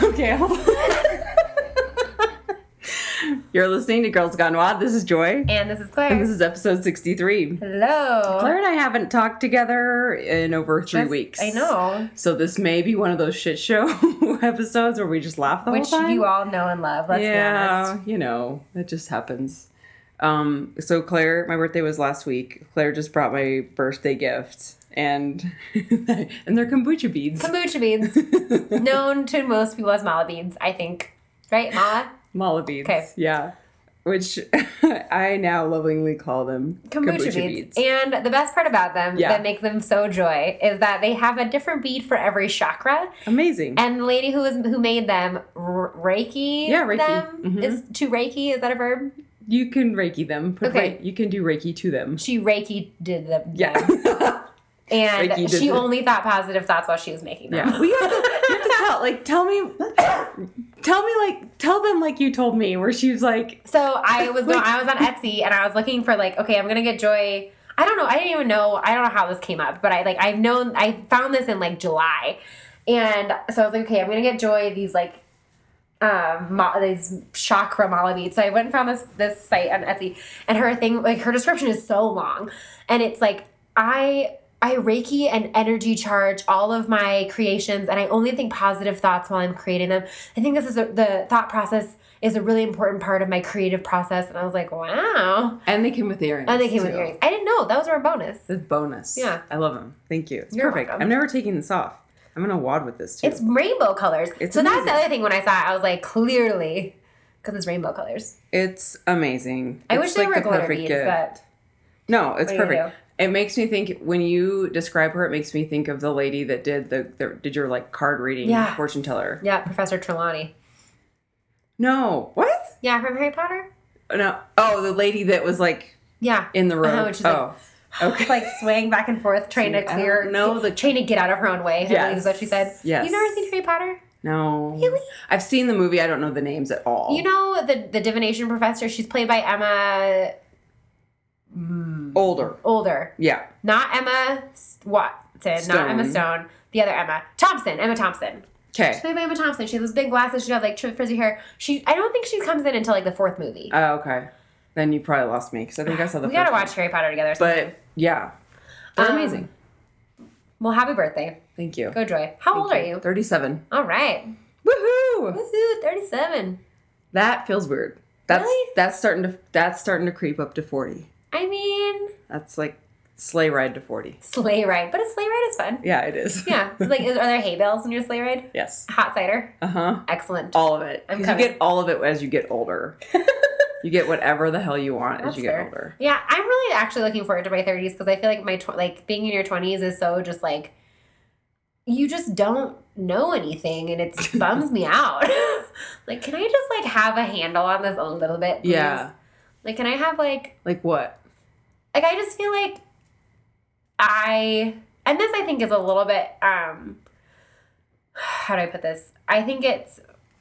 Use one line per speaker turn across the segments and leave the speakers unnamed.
cocktail. You're listening to Girls Gone Wild. This is Joy.
And this is Claire.
And this is episode 63.
Hello.
Claire and I haven't talked together in over three
Just-
weeks.
I know.
So this may be one of those shit show episodes where we just laugh the
Which
whole time.
you all know and love, let's
yeah,
be honest.
you know, it just happens. Um, so Claire, my birthday was last week. Claire just brought my birthday gift and and they're kombucha beads.
Kombucha beans, known to most people as mala beans, I think. Right, mala?
Mala beads.
Okay.
Yeah. Which I now lovingly call them
Kombucha, beads. And the best part about them
Yeah.
that make them so joy is that they have a different bead for every chakra.
Amazing.
And the lady who was who made them r- Reiki
Yeah, Reiki.
them
Mhm.
is to Reiki, is that a verb?
you can Reiki them. Put
Okay.
Re- you can do Reiki to them.
She Reiki did them.
Yeah.
them. And
Reiki did
she
them.
only thought positive thoughts while she was making them.
yeah. We have to, you have to tell like tell me tell me like tell them like you told me where she was like
So I was going, I was on Etsy and I was looking for like, okay, I'm gonna get Joy. I don't know. I didn't even know. I don't know how this came up, but I like I've known I found this in like July, and so I was like, okay, I'm gonna get Joy these like um ma- these chakra mala beads. So I went and found this this site on Etsy, and her thing like her description is so long, and it's like I. I Reiki and energy charge all of my creations, and I only think positive thoughts while I'm creating them. I think this is a, the thought process is a really important part of my creative process. And I was like, wow.
and they came with earrings.
And they came with
too.
earrings. I didn't know those were a bonus.
It's bonus.
Yeah.
I love them. Thank you. It's
You're
perfect.
welcome.
I'm never taking this off. I'm gonna wad with this too.
It's rainbow colors.
It's
so that's the
amazing.
other thing when I saw it, I was like, clearly, because it's rainbow colors.
It's amazing.
I
It's
wish they
like
were
the
glitter
perfect
beads,
gift.
but
No, it's
What do you
perfect. It makes me think when you describe her, it makes me think of the lady that did the, the did your like card reading
Yeah.
fortune teller.
yeah, Professor Trelawney.
No, what?
Yeah, from Harry Potter?
No. Oh, the lady that was like
Yeah.
in the room.
Uh-huh, and she's
oh, okay.
Like, like swaying back and forth, trying to
I don't
clear,
know the-
trying to get out of her own way. I believe
Yes.
is what she said.
Yes.
You've never seen Harry Potter?
no,
Really?
I've seen the movie. I don't know the names at all.
You know the the divination professor? She's played by Emma
older.
Older.
Yeah.
Not Emma S- Watson,
Stone.
not Emma Stone. The other Emma Thompson, Emma Thompson.
Okay.
She's played by Emma Thompson. She has those big glasses. She has like tri- frizzy hair. She, I don't think she comes in until like the fourth movie.
Oh, okay. Then you probably lost me because I think I saw the.
we gotta
first one.
watch Harry Potter together.
But yeah, they're
Um,
amazing.
well, happy birthday,
Thank you.
go Joy. How old are you?
Thirty-seven.
All right,
Woohoo!
woohoo, thirty-seven.
That feels weird. That's
Really?
that's starting to that's starting to creep up to forty.
I mean,
That's like sleigh ride to forty.
sleigh ride, but a sleigh ride is fun.
Yeah, it is.
Yeah, like is, are there hay bales in your sleigh ride?
yes.
Hot cider,
Uh huh.
excellent.
All of it.
I'm
'Cause you
coming.
get all of it as you get older. you get whatever the hell you want as
That's
you get
fair.
older.
Yeah, I'm really actually looking forward to my 30s because I feel like my tw- like being in your 20s is so just like you just don't know anything and it bums me out. like, can I just like have a handle on this a little bit? please?
Yeah.
Like, can I have like
Like what?
like I just feel like I and this I think is a little bit um how do I put this? I think it's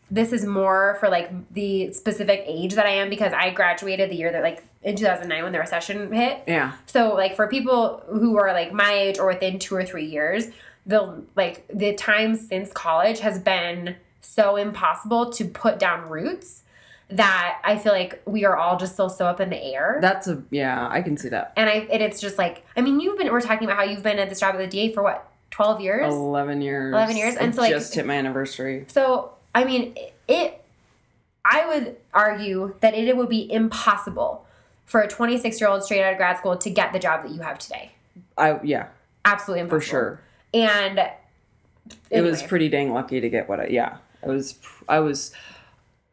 this is more for like the specific age that I am because I graduated the year that like in 2009 when the recession hit.
Yeah.
So like for people who are like my age or within two or three years, the like the time since college has been so impossible to put down roots that I feel like we are all just still so up in the air.
That's a yeah. I can see that.
and I and it's just like I mean you've been we're talking about how you've been at this job at the DA for what twelve years.
Eleven years.
11 years,
I
and so, like-
just hit my anniversary.
So I mean it. I would argue that it would be impossible for a 26 year old straight out of grad school to get the job that you have today.
I yeah
Absolutely impossible.
for sure.
And
It was
anyway.
pretty dang lucky to get what I yeah. I was pr- I was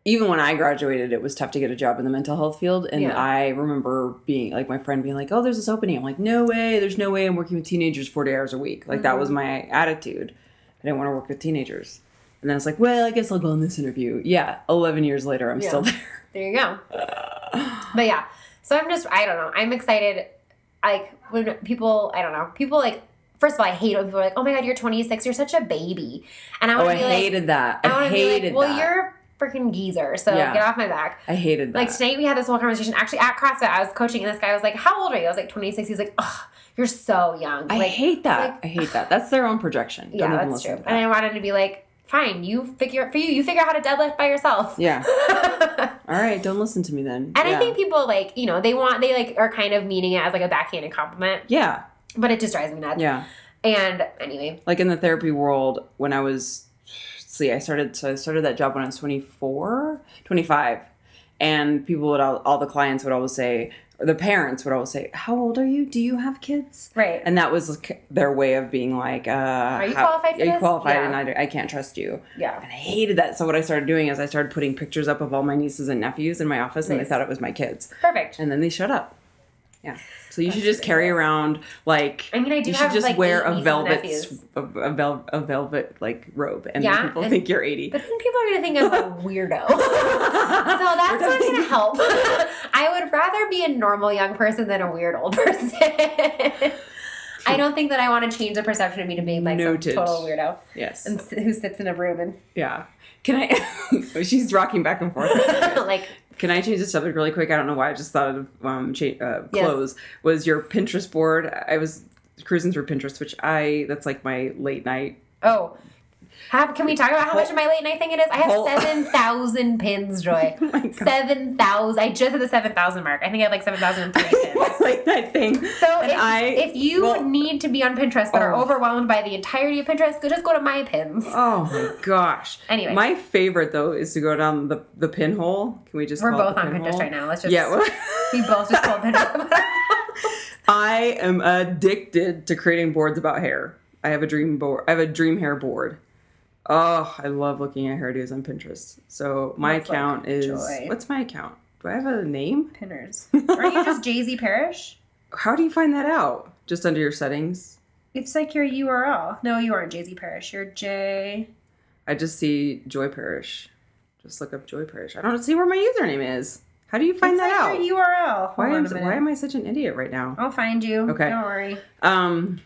even when I graduated, it was tough to get a job in the mental health field. And
Yeah.
I remember being like my friend being like, "Oh, there's this opening." I'm like, "No way! There's no way I'm working with teenagers 40 hours a week." Like that was
Mm-hmm.
my attitude. I didn't want to work with teenagers. And then I was like, "Well, I guess I'll go on this interview." Yeah, 11 years later, I'm
Yeah.
still there.
There you go. but yeah, so I'm just I don't know. I'm excited. Like when people I don't know people like first of all I hate when people are like oh my god you're 26 you're such a baby and I
Oh,
want
I
to be like
hated that.
I
I,
want to be
hated
like well
that.
you're a freaking geezer so
Yeah.
get off my back.
I hated that.
Like tonight we had this whole conversation actually at CrossFit I was coaching and this guy was like how old are you I was like 26 he's like oh you're so young
I
like
hate that.
like-
I hate that. That's their own projection. Don't
yeah
even
that's
listen
true
to that.
and I wanted to be like fine. You figure it for you. You figure out how to deadlift by yourself.
Yeah. All right. Don't listen to me then.
And
yeah.
I think people like, you know, they want they like are kind of meaning it as like a backhanded compliment,
Yeah.
but it just drives me nuts.
Yeah.
And anyway,
Like in the therapy world, when I was, see, I started, so I started that job when I was 24, 25. And people would, all, all the clients would always say, or the parents would always say, How old are you? Do you have kids?
right.
And that was like their way of being like, uh, Are
you qualified for
Are you
this?"
qualified?
Yeah.
And I, I can't trust you.
yeah.
And I hated that. So what I started doing is I started putting pictures up of all my nieces and nephews in my office, and they
Nice.
thought it was my kids.
Perfect.
And then they shut up. Yeah. So you should just carry around like
I mean, I do
you should
have,
just
like,
wear
eight nieces
a
and
velvet
nephews.
a, a, vel- a velvet like robe, and
Yeah,
then people
and-
think you're 80.
But then people are gonna think I'm a weirdo. so that's not gonna help. I would rather be a normal young person than a weird old person. I don't think that I want to change the perception of me to being like
Noted.
some total weirdo
yes.
and s- who sits in a room and
yeah. Can I? Oh, she's rocking back and forth.
like
Can I change the subject really quick? I don't know why I just thought of um, cha- uh,
Yes.
clothes. Was your Pinterest board? I was cruising through Pinterest, which I that's like my late night.
oh. Have, can we talk about how much of my late night thing it is? I have
Whole- Oh
seven thousand pins, Joy.
my God.
seven thousand. I just hit the seven thousand mark. I think I have like seven thousand three pins.
late night thing.
So
And
if,
I-
if you
well-
need to be on Pinterest but are
Oh.
overwhelmed by the entirety of Pinterest, go just go to my pins.
Oh my gosh.
Anyway.
My favorite though is to go down the, the pinhole. Can we just
We're
call it
both
the
on
pinhole?
Pinterest right now. Let's just
Yeah. well-
we both just pulled Pinterest. up.
I am addicted to creating boards about hair. I have a dream board. I have a dream hair board. Oh, I love looking at hairdos on Pinterest. So my
That's like
account is
joy.
what's my account? Do I have a name?
Pinners. Aren't you just Jay Z Parrish?
How do you find that out? Just under your settings.
It's like your URL. No, you aren't Jay Z Parrish. You're J.
I just see Joy Parish. Just look up Joy Parish. I don't see where my username is. How do you find
It's
that out?
like your URL. Hold
why
on
am
a minute.
why am I such an idiot right now?
I'll find you.
Okay.
Don't worry.
Um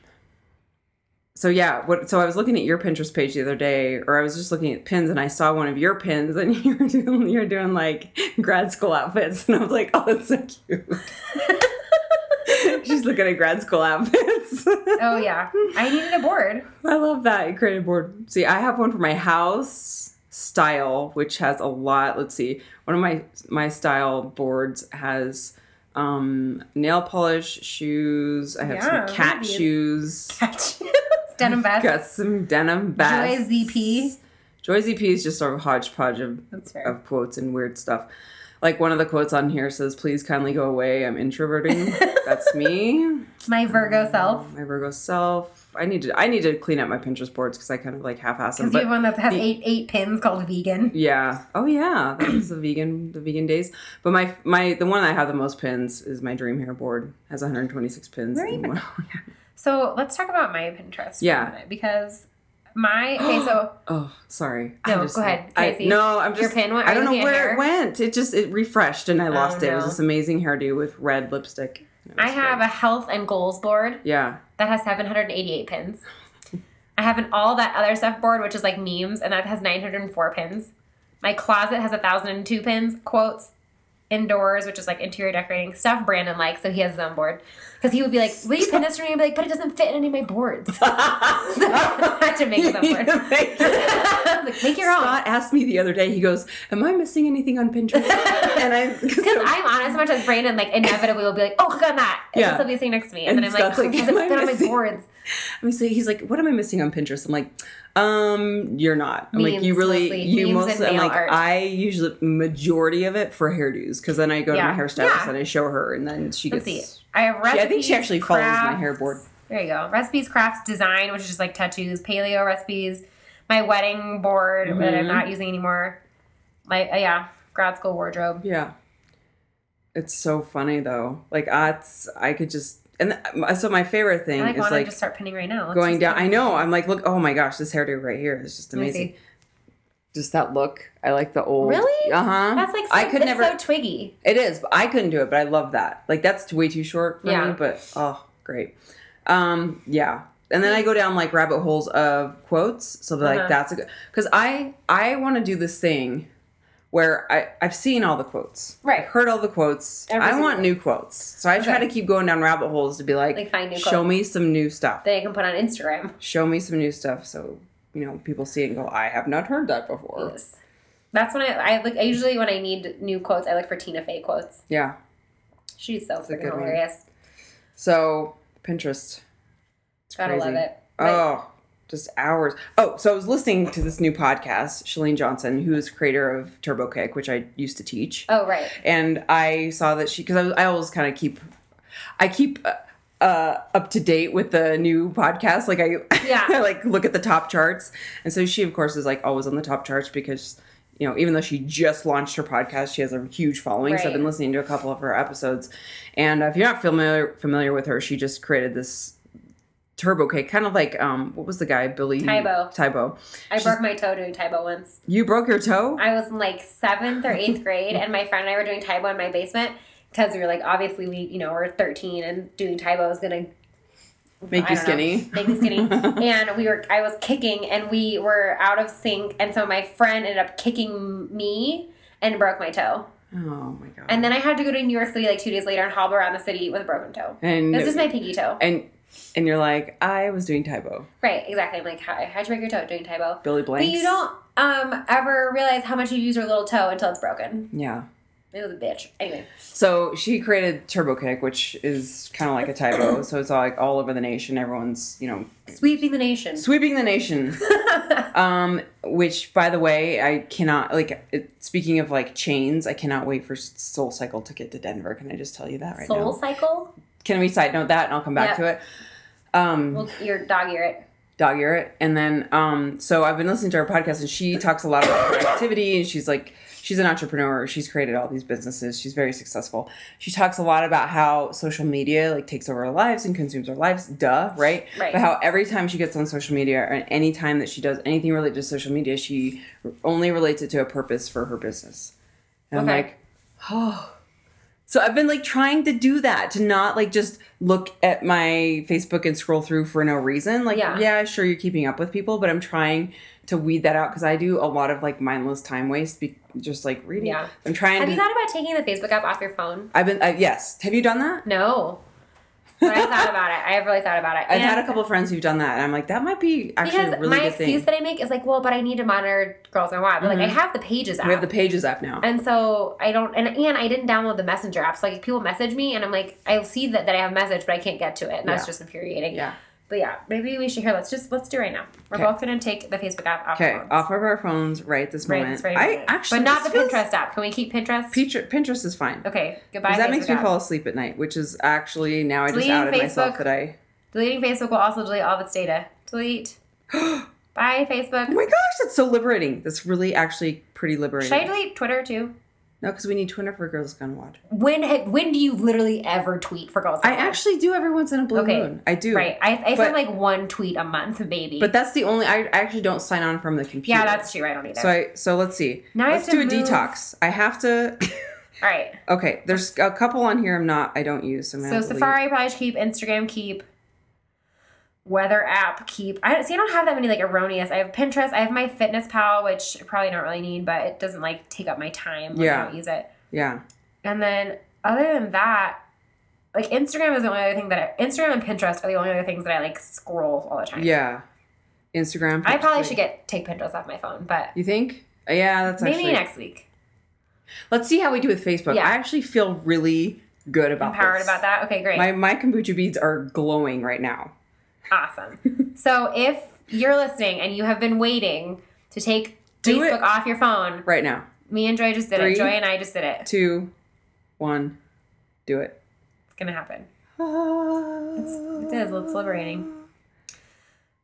so yeah, what so I was looking at your Pinterest page the other day, or I was just looking at pins and I saw one of your pins and you were doing you were doing like grad school outfits and I was like, Oh, that's so cute. She's looking at grad school outfits.
Oh yeah. I needed a board.
I love that. You created a board. See, I have one for my house style, which has a lot. Let's see. One of my my style boards has um nail polish, shoes. I have
Yeah,
some
look at
cat
these.
shoes.
Denim vest.
Got some denim vests.
Joy ZP.
Joy ZP is just sort of a hodgepodge of,
That's fair.
of quotes and weird stuff. Like one of the quotes on here says, "Please kindly go away. I'm introverting." That's me.
My Virgo self.
My Virgo self. I need to. I need to clean up my Pinterest boards because I kind of like half-ass them.
Because you
But
have one that has eight eight pins called vegan.
yeah. Oh yeah. That was the vegan. The vegan days. But my my the one I have the most pins is my dream hair board. Has 126 pins.
Where are
in
you-
one.
So let's talk about my Pinterest. for a
Yeah.
minute, because my okay, so
Oh, sorry.
No,
I just,
go ahead. Can I
I,
see
no, I'm
your
just.
pin? What-
I
are you
don't know
looking at
where
hair?
it went. It just it refreshed and I lost it. It was
no.
this amazing hairdo with red lipstick. It was
I have
great.
a health and goals board
Yeah.
that has 788 pins. I have an all that other stuff board, which is like memes, and that has 904 pins. My closet has 1,002 pins, quotes, indoors, which is like interior decorating stuff Brandon likes, so he has his own board. Because he would be like, Will you pin this for me? I'd be like, But it doesn't fit in any of my boards. so I had to make his own board. Like, make your own.
Scott asked me the other day. He goes, "Am I missing anything on Pinterest?" and I,
Because I'm on as much as Brandon, like inevitably will be like, "Oh, click on that," and
Yeah.
yeah. he'll be sitting next to me, and,
And
then I'm like,
Scott's like,
"Oh,
"Am I
been on my
missing-"
boards."
I'm so he's like, "What am I missing on Pinterest?" I'm like, "Um, you're not. I'm like,
Memes
you really,
mostly.
you
Memes and
mostly. I'm
nail
like,
art.
I usually majority of it for hairdos because then I go
Yeah.
to my hairstylist
Yeah.
and I show her, and then she
Let's
gets.
see. I have
She-
recipes.
I think she actually follows my hair
crafts.
board.
There you go. Recipes, crafts, design, which is just like tattoos, paleo recipes, my wedding board that
Mhm.
I'm not using anymore. Like, uh, yeah, grad school wardrobe.
Yeah. It's so funny though. Like I, it's- I could just and th- so my favorite thing
I like
is
want to
like
just start pinning right now. Let's
going
just
down.
pin.
I know. I'm like, look, oh my gosh, this hairdo right here is just
Let me
amazing.
see.
Just that look. I like the old.
Really?
Uh huh.
That's like so,
I could
it's
never.
so twiggy.
it is. But I couldn't do it. But I love that. Like that's way too short for
Yeah.
me. But oh, great. Um, yeah. And then I go down like rabbit holes of quotes. So like
Uh-huh.
that's a good because I I want to do this thing where I I've seen all the quotes.
Right.
I've heard all the quotes.
Every
I
single
want new quotes. So I try
Okay.
to keep going down rabbit holes to be like,
Like, find new
show
quotes."
me some new stuff
Then I can put on Instagram.
show me some new stuff so you know, people see it and go, I have not heard that before.
Yes. That's when I, I look. I usually when I need new quotes, I look for Tina Fey quotes.
Yeah.
She's so
a
freaking
good one.
hilarious.
So Pinterest. It's
Gotta
crazy.
love it. But-
Oh, just hours. Oh, so I was listening to this new podcast, Shalene Johnson, who is creator of Turbo Kick, which I used to teach.
oh right.
and I saw that she because I, I always kind of keep, I keep uh, uh, up to date with the new podcast. Like I,
Yeah.
I like look at the top charts, and so she of course is like always on the top charts because you know even though she just launched her podcast, she has a huge following. So I've been
Right.
listening to a couple of her episodes, and if you're not familiar familiar with her, she just created this. Turbo cake, kind of like um, what was the guy Billy
Taibo.
Tybo,
I broke my toe doing Taibo once.
you broke your toe.
I was in like seventh or eighth grade, and my friend and I were doing Taibo in my basement because we were like, obviously, we you know we're thirteen, and doing Taibo is gonna
Make
I
you
don't
skinny.
know, make me skinny. and we were, I was kicking, and we were out of sync, and so my friend ended up kicking me and broke my toe.
Oh my god!
And then I had to go to New York City like two days later and hobble around the city with a broken toe.
And-
this is my pinky toe.
and and you're like, I was doing Tybo.
Right, exactly. I'm like, how, how'd you break your toe doing Taibo?
Billy
But
Blanks.
you don't um ever realize how much you use your little toe until it's broken.
Yeah.
It was a bitch. Anyway,
So she created Turbo Kick, which is kind of like a typo. so it's all like all over the nation. Everyone's you know
sweeping the nation.
sweeping the nation. um, which by the way, I cannot like. It, speaking of like chains, I cannot wait for Soul Cycle to get to Denver. Can I just tell you that right now?
Soul cycle?
Can we side note that and I'll come back
Yeah.
to it. Um,
Well, your dog ear it.
dog ear it and then um so i've been listening to her podcast and she talks a lot about productivity and she's like she's an entrepreneur she's created all these businesses she's very successful she talks a lot about how social media like takes over our lives and consumes our lives duh right
Right.
but how every time she gets on social media or any time that she does anything related to social media she only relates it to a purpose for her business and i'm
Okay.
like oh. so I've been like trying to do that to not like just look at my Facebook and scroll through for no reason. Like, yeah,
Yeah.
sure, you're keeping up with people, but I'm trying to weed that out because I do a lot of like mindless time waste, be- just like reading.
Yeah.
I'm trying
Have
to.
you thought about taking the Facebook app off your phone?
I've been, I, yes. Have you done that?
No. But I thought about it. I have really thought about it.
I've
And-
had a couple of friends who've done that, and I'm like, that might be actually
because
a really
my
good
excuse
thing.
that I make is like, well, but I need to monitor girls and why. But like, I have the pages app,
Mm-hmm. we have the Pages app now.
and so I don't. And and I didn't download the messenger app. So like, if people message me, and I'm like, I see that that I have a message, but I can't get to it, and
Yeah.
that's just infuriating.
Yeah.
But yeah, maybe we should hear. Let's just let's do it right now. We're
Okay.
both gonna take the Facebook app off.
Okay,
our phones.
off of our phones right this
Right,
moment.
that's right.
I actually,
but not the
this feels-
Pinterest app. Can we keep Pinterest?
Pinterest- Pinterest is fine.
okay, goodbye.
'Cause that makes
Facebook
me
app.
fall asleep at night, which is actually now I just
Deleting
outed myself
Facebook.
that I.
Deleting Facebook will also delete all of its data. Delete. Bye, Facebook.
Oh my gosh, that's so liberating. That's really actually pretty liberating.
Should I delete Twitter too?
no, because we need Twitter for Girls Gone Wild.
When ha- when do you literally ever tweet for girls?
I
Gone Wild?
actually do every once in a blue
Okay.
moon. I do.
Right. I, I
But-
send like one tweet a month, maybe.
But that's the only. I, I actually don't sign on from the computer.
yeah, that's true. I don't either.
So I. So let's see.
Now I
let's
have
do
to
a
move-
detox. I have to.
All right.
okay, there's a couple on here. I'm not. I don't use. So, I'm
So
gonna delete.
Safari probably should keep. Instagram keep. Weather app keep. I don't see. I don't have that many like erroneous. I have Pinterest. I have my Fitness Pal, which I probably don't really need, but it doesn't like take up my time. When
Yeah.
I don't use it.
Yeah.
And then other than that, like Instagram is the only other thing that I, Instagram and Pinterest are the only other things that I like scroll all the time.
Yeah. Instagram.
I probably
Pinterest.
should get take Pinterest off my phone, but
You think? Yeah, that's
maybe
actually.
next week.
Let's see how we do with Facebook.
Yeah.
I actually feel really good about
Empowered
this.
about that. Okay, great.
My my kombucha beads are glowing right now.
Awesome. so if you're listening and you have been waiting to take
Do
Facebook
it.
off your phone,
Right now.
me and Joy just did
Three.
it. Joy and I just did it.
two, one, do it.
It's gonna happen.
It's,
It is. It's liberating.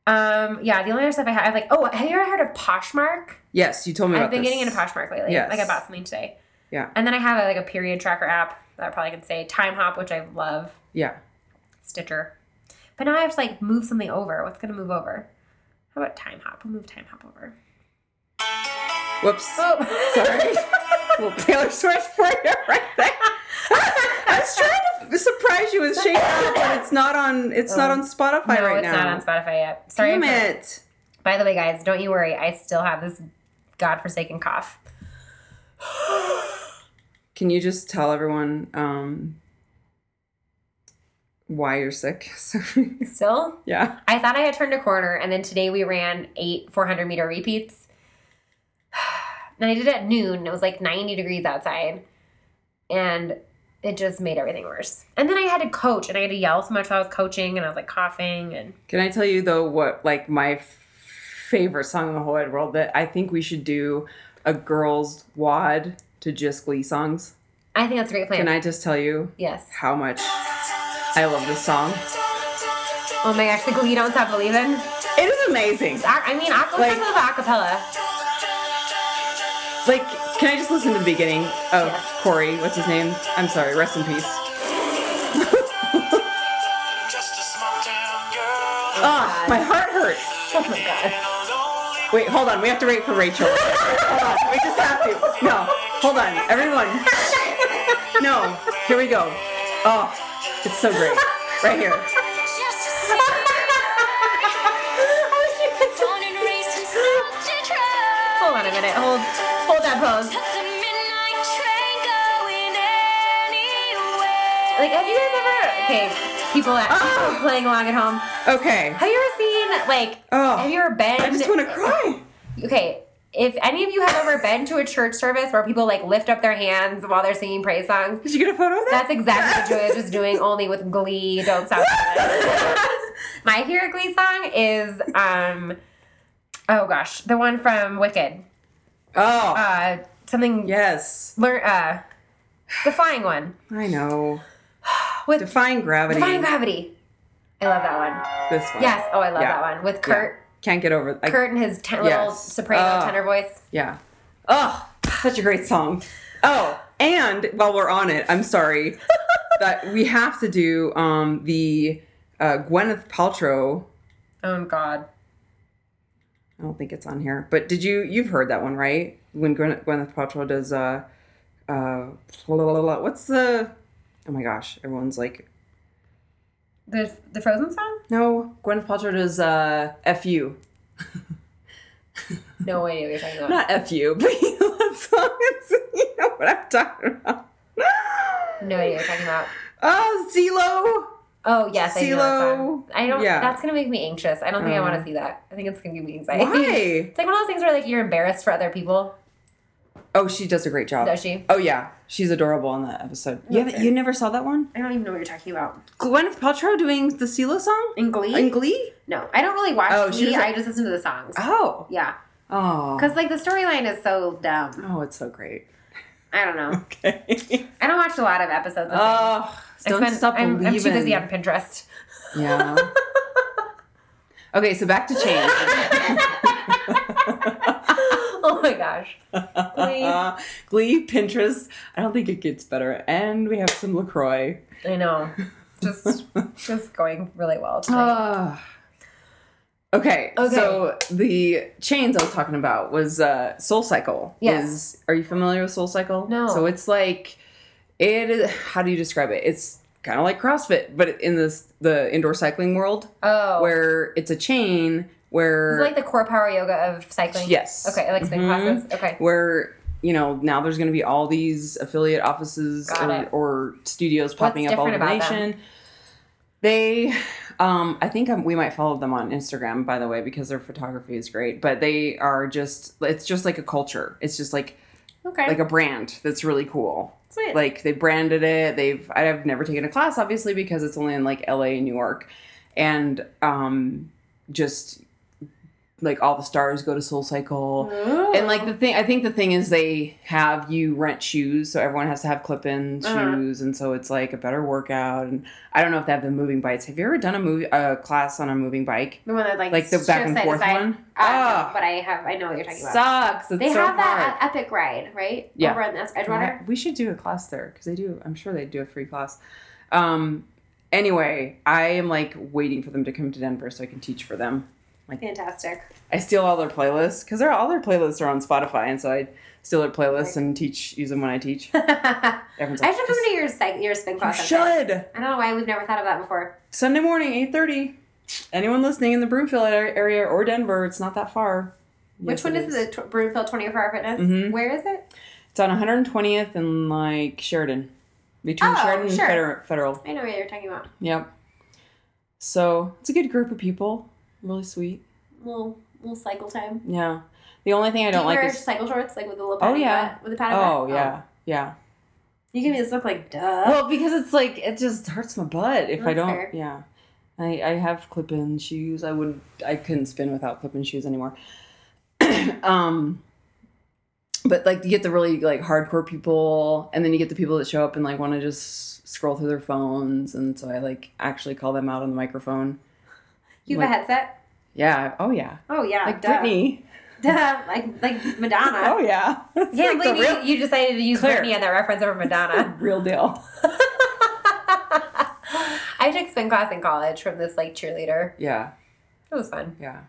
Um, yeah, the only other stuff I have, like, oh, have you ever heard of Poshmark?
Yes, you told me about
I've been
this.
getting into Poshmark lately.
Yes.
Like I bought something today.
Yeah.
And then I have like a period tracker app that I probably could say Time Hop, which I love,
Yeah.
Stitcher. But now I have to like move something over. What's gonna move over? How about Time Hop? We'll move Time Hop over.
Whoops.
Oh,
Sorry. Little Taylor Swift for you right there. I was trying to surprise you with Shake It Up, but it's not on. It's not on Spotify
Oh. no,
right
it's
now.
not on Spotify yet. Sorry.
Damn
for-
it.
By the way, guys, don't you worry. I still have this godforsaken cough.
Can you just tell everyone um, why you're sick. So
Still,
yeah,
I thought I had turned a corner, and then today we ran eight 400 meter repeats. And I did it at noon. and It was like 90 degrees outside, and it just made everything worse. And then I had to coach, and I had to yell so much while I was coaching, and I was like coughing, and
can I tell you though what like my f- favorite song in the whole wide world that I think we should do a girls wad to just Glee songs.
I think that's a great plan.
Can I just tell you
yes.
how much I love this song?
Oh my gosh, the Glee Don't Stop Believing.
It is amazing.
Ac- I mean, I
Like-
like, love acapella.
Like, can I just listen to the beginning of Corey? What's his name? I'm sorry. Rest in peace.
Just a small town girl
Ah, my heart hurts.
Oh my god.
in a lonely
Wait, hold on. We have to wait for Rachel. hold on. We just have to. No, hold on, everyone. No, here we go. Oh, it's so great. Right here.
Hold on a minute. Hold, hold that pose. Like, have you guys ever? Okay, people at
Ah.
playing along at home.
Okay.
Have you ever seen like?
Oh,
Have you ever been?
I just want to cry.
Okay, if any of you have ever been to a church service where people like lift up their hands while they're singing praise songs,
Did you get a photo of that?
that's exactly what Joya's just doing, only with Glee. Don't stop. My favorite Glee song is um, oh gosh, the one from Wicked.
Oh,
Uh, something.
yes.
Learn. Uh, the flying one.
I know.
With
Defying gravity.
Defying Gravity. I love that one.
This one.
Yes. Oh, I love
Yeah.
that one with Kurt.
Can't get over. I,
Kurt and his ten- little
Yes.
soprano
Oh.
tenor voice.
Yeah. Oh, such a great song. Oh, and while we're on it, I'm sorry that we have to do um the uh, Gwyneth Paltrow.
Oh God.
I don't think it's on here, but did you you've heard that one right? When Gwyneth, Gwyneth Paltrow does uh uh blah, blah, blah, blah. what's the oh my gosh everyone's like
The the Frozen song?
no Gwyneth Paltrow does uh fu
No way you're talking about.
not fu but you know what song it's, you know what I'm talking about
No idea what you're talking about.
oh Zelo
Oh yes, I know that song.
CeeLo.
I don't.
Yeah.
That's gonna make me anxious. I don't think I
Um,
want to see that. I think it's gonna give me anxiety.
why
It's like one of those things where like you're embarrassed for other people.
Oh, she does a great job.
Does she?
Oh yeah, she's adorable on that episode. You
That's
haven't,
it.
you never saw that one?
I don't even know what you're talking about.
Gwyneth Paltrow doing the CeeLo song
In Glee?
in Glee.
no, I don't really watch
Oh, she
Glee.
was like-
I just listen to the songs.
Oh,
Yeah,
oh,
because like the storyline is so dumb.
oh, it's so great.
I don't know.
Okay.
I don't watch a lot of episodes. Of things.
oh,
I
don't
spend-
stop
I'm,
believing.
I'm too busy on Pinterest.
yeah. okay, so back to change.
oh my gosh.
Glee, Pinterest. I don't think it gets better, and we have some Lacroix.
I know. Just just going really well tonight.
Ah. okay,
Okay.
So the chains I was talking about was uh, Soul Cycle.
Yes.
Is, are you familiar with Soul Cycle?
No.
So it's like it. Is, how do you describe it? It's kind of like CrossFit, but in this the indoor cycling world
oh.
where it's a chain
Is
where
it like the core power yoga of cycling?
Yes.
Okay, like spin
Mhm.
classes. Okay.
where you know now there's going to be all these affiliate offices
Got
and,
it.
or studios popping up all over
different
the
about them?
nation they um i think um we might follow them on instagram by the way because their photography is great but they are just it's just like a culture it's just like
Okay.
like a brand that's really cool
Sweet.
like they branded it they've i've never taken a class obviously because it's only in like la and new york and um just like all the stars go to soul cycle and like the thing, I think the thing is they have you rent shoes, so everyone has to have clip-in
Uh-huh.
shoes, and so it's like a better workout. And I don't know if they have the moving bikes. Have you ever done a movie a class on a moving bike,
the one that like,
like the back
shifts
and
side to
forth
side.
one?
Uh, no,
Ah,
but I have I know what you're talking about.
sucks. It's
They
so
have that
hard.
at Epic Ride, right?
Yeah.
Over on this Edgewater.
Yeah, we should do a class there because they do. I'm sure they do a free class. Um, anyway, I am like waiting for them to come to Denver so I can teach for them.
Fantastic.
I steal all their playlists because they're all their playlists are on Spotify, and so I steal their playlists and teach use them when I teach.
I
Everyone's like,
should come to your psych, your spin
You
class. sometime.
should.
I don't know why we've never thought of that before.
Sunday morning, 8.30. Anyone listening in the Broomfield a- area or Denver, it's not that far.
Which one is, the tw- Broomfield 24 Hour Fitness?
Mhm.
Where is it?
It's on 120th and like Sheridan. Between
Oh,
Sheridan and
sure.
Federal, Federal.
I know what you're talking about.
Yep. So it's a good group of people. Really sweet.
Little little cycle time.
Yeah. The only thing I
Do
don't
you
like
wear
is
cycle shorts like with a little
Oh,
padded
yeah.
butt- with a padded
oh
butt?
yeah Oh. yeah.
You give me this look like duh.
Well, because it's like it just hurts my butt if I
That's
don't.
fair.
Yeah, I I have clip-in shoes. I would I couldn't spin without clip-in shoes anymore. um, but like you get the really like hardcore people, and then you get the people that show up and like want to just scroll through their phones, and so I like actually call them out on the microphone.
You
like-
have a headset.
Yeah. Oh yeah.
Oh yeah,
Like
duh.
Britney.
Duh, like like Madonna.
Oh yeah. It's
Yeah,
like
I believe
the real,
you, you decided to use
Claire.
Britney on that reference over Madonna.
real deal.
I took spin class in college from this like cheerleader.
Yeah.
It was fun.
Yeah.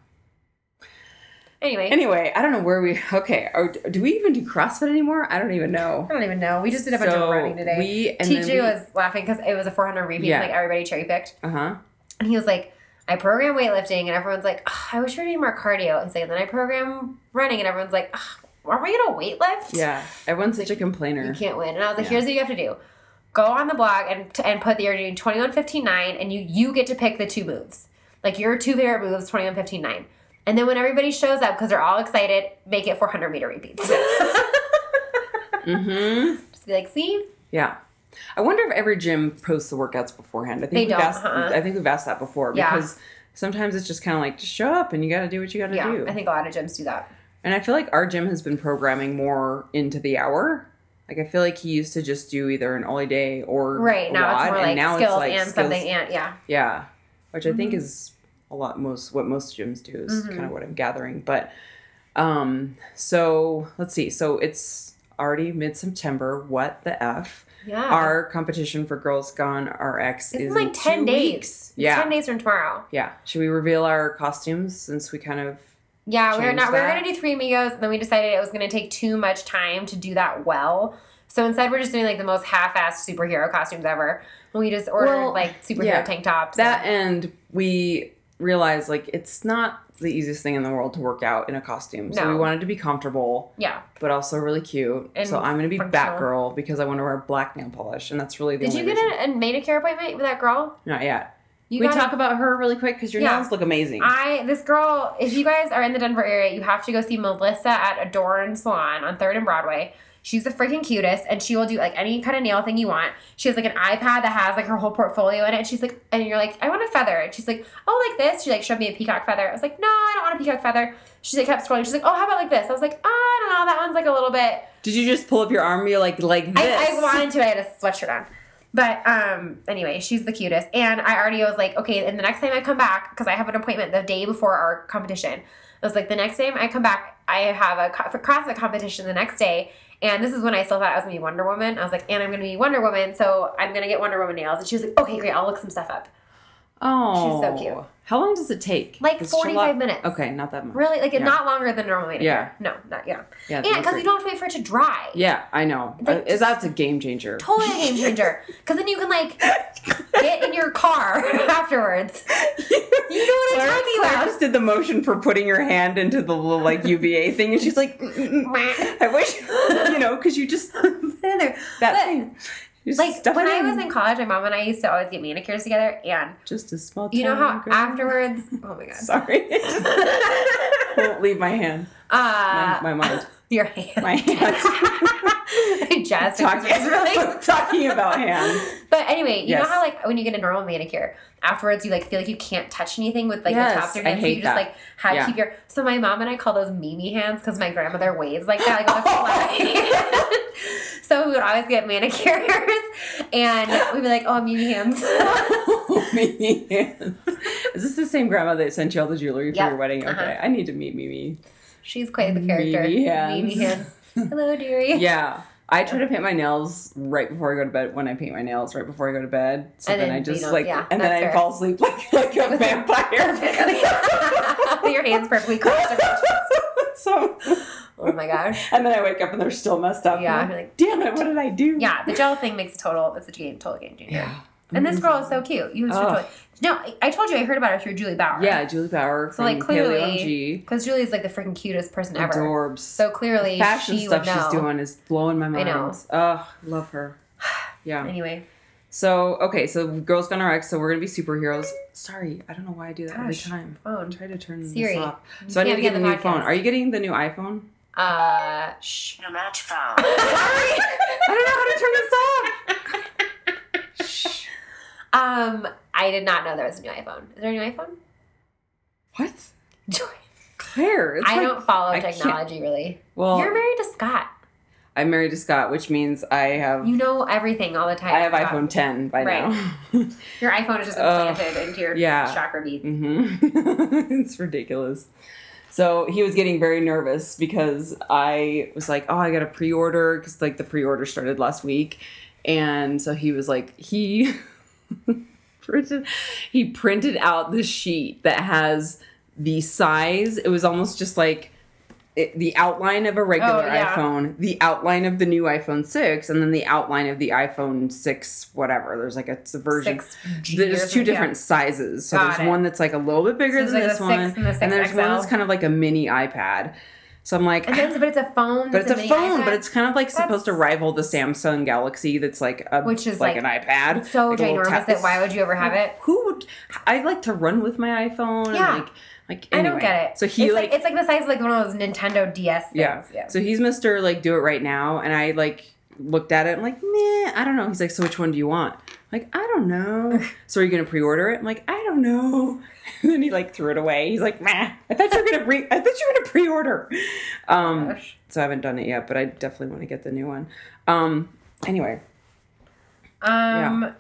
Anyway,
Anyway, I don't know where we. Okay, are, do we even do CrossFit anymore? I don't even know.
I don't even know. We just did a bunch
So
of running today.
We and
Teacher
then we,
was laughing because it was a 400 repeats,
Yeah.
like everybody cherry picked,
uh huh.
and he was like, "I program weightlifting," and everyone's like, "Ugh, "I wish we were doing more cardio." And saying, "Then I program running," and everyone's like, "Ugh, "Aren't we gonna weightlift?"
Yeah, everyone's such a
you
complainer.
can't win. And I was like,
Yeah.
here's what you have to do. Go on the blog and, t- and put that you're doing 21, 15, 9, and you, you get to pick the two moves. Like your two favorite moves, 21, 15, 9. And then when everybody shows up, because they're all excited, make it 400 meter repeats.
Mm-hmm.
Just be like, see?
Yeah. I wonder if every gym posts the workouts beforehand. I think
They
we've
don't,
asked.
uh-uh.
I think we've asked that before
Yeah.
because sometimes it's just kind of like just show up and you got to do what you got to
Yeah,
do.
I think a lot of gyms do that.
and I feel like our gym has been programming more into the hour. Like I feel like he used to just do either an all day or
Right,
a
now
lot,
it's more
and
like
now
skills
it's like
and
skills-
something and, yeah.
Yeah, which I
Mm-hmm.
think is a lot most what most gyms do is kind of what I'm gathering. But um, so let's see. So it's already mid September. What the f?
Yeah.
Our competition for Girls Gone RX is
it's in
in
like 10
two
days.
weeks.
It's
Yeah,
10 days from tomorrow.
yeah. Should we reveal our costumes since we kind of
Yeah, we were
change
not. We were
that?
gonna do three amigos, and then we decided it was gonna take too much time to do that well. So instead, we're just doing like the most half-assed superhero costumes ever. And we just ordered
Well,
like superhero
yeah.
tank tops.
that
and-
end we realized like it's not the easiest thing in the world to work out in a costume. So we
No.
wanted to be comfortable.
yeah.
but also really cute.
And
so I'm gonna be
functional.
Batgirl because I want to wear black nail polish, and that's really the
Did
only
you get
reason.
a, a manicure appointment with that girl?
Not yet.
You
we
got
talk about her really quick because your
Yeah.
nails look amazing.
I this girl. If you guys are in the Denver area, you have to go see Melissa at Adorn Salon on Third and Broadway. She's the freaking cutest, and she will do like any kind of nail thing you want. She has like an iPad that has like her whole portfolio in it. And she's like, and you're like, I want a feather. And she's like, oh, like this. She like showed me a peacock feather. I was like, no, I don't want a peacock feather. She like kept scrolling. She's like, oh, how about like this? I was like, oh, I don't know. That one's like a little bit.
Did you just pull up your arm? You're like like this.
I, I wanted to. I had a sweatshirt on. But um, anyway, she's the cutest. And I already was like, okay, and the next time I come back, because I have an appointment the day before our competition, I was like, the next time I come back, I have a co- for CrossFit competition the next day. And this is when I still thought I was gonna be Wonder Woman. I was like, and I'm gonna be Wonder Woman, so I'm gonna get Wonder Woman nails. And she was like, okay, great, I'll look some stuff up.
oh,
She's so cute.
How long does it take?
Like
It's a
45
lot-
minutes.
Okay, not that much.
Really? Like,
Yeah.
not longer than normal manicure.
Yeah.
No, not, yeah.
Yeah,
and because
those
you
are-
don't have to wait for it to dry.
Yeah, I know.
Like,
Uh, is that's a game changer.
Totally a game changer. Because then you can, like, get in your car afterwards. You know what I'm
Claire,
talking
Claire
about.
just did the motion for putting your hand into the little like UVA thing, and she's like, "Mm, mm, mm." I wish you know, because you just
there.
that
But,
thing. You just
Like
stuff
when
it
I
in.
was in college, my mom and I used to always get manicures together, and
just a small.
you know
town
how
girl.
afterwards, oh my god,
Sorry. It just won't leave my hand.
uh,
My, my mind.
your hand,
My
hand, Jazz
Talking,
is really.
talking about hands.
But anyway, you know
Yes.
how like when you get a normal manicure, afterwards you like feel like you can't touch anything with like
Yes,
the top of your
I
hands. so
hate
you
that.
just like have to
Yeah.
keep your. So my mom and I call those Mimi hands because my grandmother waves like that, like with a flat hand. So we would always get manicures, and we'd be like, "Oh, Mimi hands."
Mimi hands. Is this the same grandma that sent you all the jewelry for
Yep.
your wedding? Okay,
Uh-huh.
I need to meet Mimi.
She's quite the character.
Mimi hands.
Mimi hands. Hello, dearie.
Yeah. I try to paint my nails right before I go to bed. When I paint my nails right before I go to bed, so
And
then,
then
I
you
just
don't-
like,
yeah,
and then
that's
I
fair.
fall asleep like like a vampire.
Your hands perfectly closed.
so,
Oh my gosh.
and then I wake up and they're still messed up.
Yeah,
and
you're
I'm like,
like,
damn it, what did I do?
Yeah, the gel thing makes a total. It's a game, total game changer.
Yeah.
And this girl is so cute. You should
Oh.
totally. No, I- I told you I heard about her through Julie Bauer.
Yeah, Julie Bauer
So
from
like
Paleo
clearly,
MG.
because Julie's like the freaking cutest person ever.
Adorbs.
So clearly,
fashion
she
stuff
would know.
she's doing is blowing my mind.
know.
Ugh, love her. Yeah.
Anyway,
So okay, so Girls Gone Rx. So we're gonna be superheroes. Sorry, I don't know why I do that every
Gosh,
time.
phone.
Try to turn
Siri.
this off. So I need to
can't be
get
on
a
the
new phone.
podcast.
Are you getting the new iPhone?
uh,
Shh.
New match found.
sorry.
I don't know how to turn this off. Shh.
um, I did not know there was a new iPhone. Is there a new iPhone?
What?
Joy.
Claire. It's
I
like-
don't follow
I can't-
technology really.
Well,
You're married to Scott.
I'm married to Scott, which means I have
You know everything all the time.
I have
about-
iPhone 10 by now.
Your iPhone is just
Ugh.
implanted into your
Yeah.
chakra bead.
Mm-hmm. it's ridiculous. So he was getting very nervous because I was like, "Oh, I got a pre-order because like the pre-order started last week," and so he was like, he printed, he printed out the sheet that has the size. It was almost just like it, the outline of a regular
Oh, yeah.
iPhone, the outline of the new iPhone six, and then the outline of the iPhone six whatever. There's like a, it's a version
Six G or
there's two
something,
different sizes. So
Got
there's
it.
one that's like a little bit bigger
So it's
than
like
this
the
one,
six and the six
there's one
XL.
that's kind of like a mini iPad. So I'm like,
And that's, but it's a phone.
but it's a
mini
phone,
iPad.
but it's kind of like supposed to
That's-
rival the Samsung Galaxy. That's like a
Which is
like, an
like-
iPad.
so
like a little
ginormous
tap-
that why would you ever have it?
Who would? I like to run with my iPhone. and,
Yeah.
like like
I
anyway.
don't get it.
So he
it's
like,
it's like the size of like one of those Nintendo DS things.
yeah. So he's Mr. Like, do it right now. And I like looked at it and like, nah, I don't know. He's like, so which one do you want? I'm like, I don't know. so are you gonna pre-order it? I'm like, I don't know. And then he like threw it away. He's like, nah, I thought you were gonna pre I thought you were gonna pre-order. Um
Gosh.
so I haven't done it yet, but I definitely want to get the new one. Um anyway.
um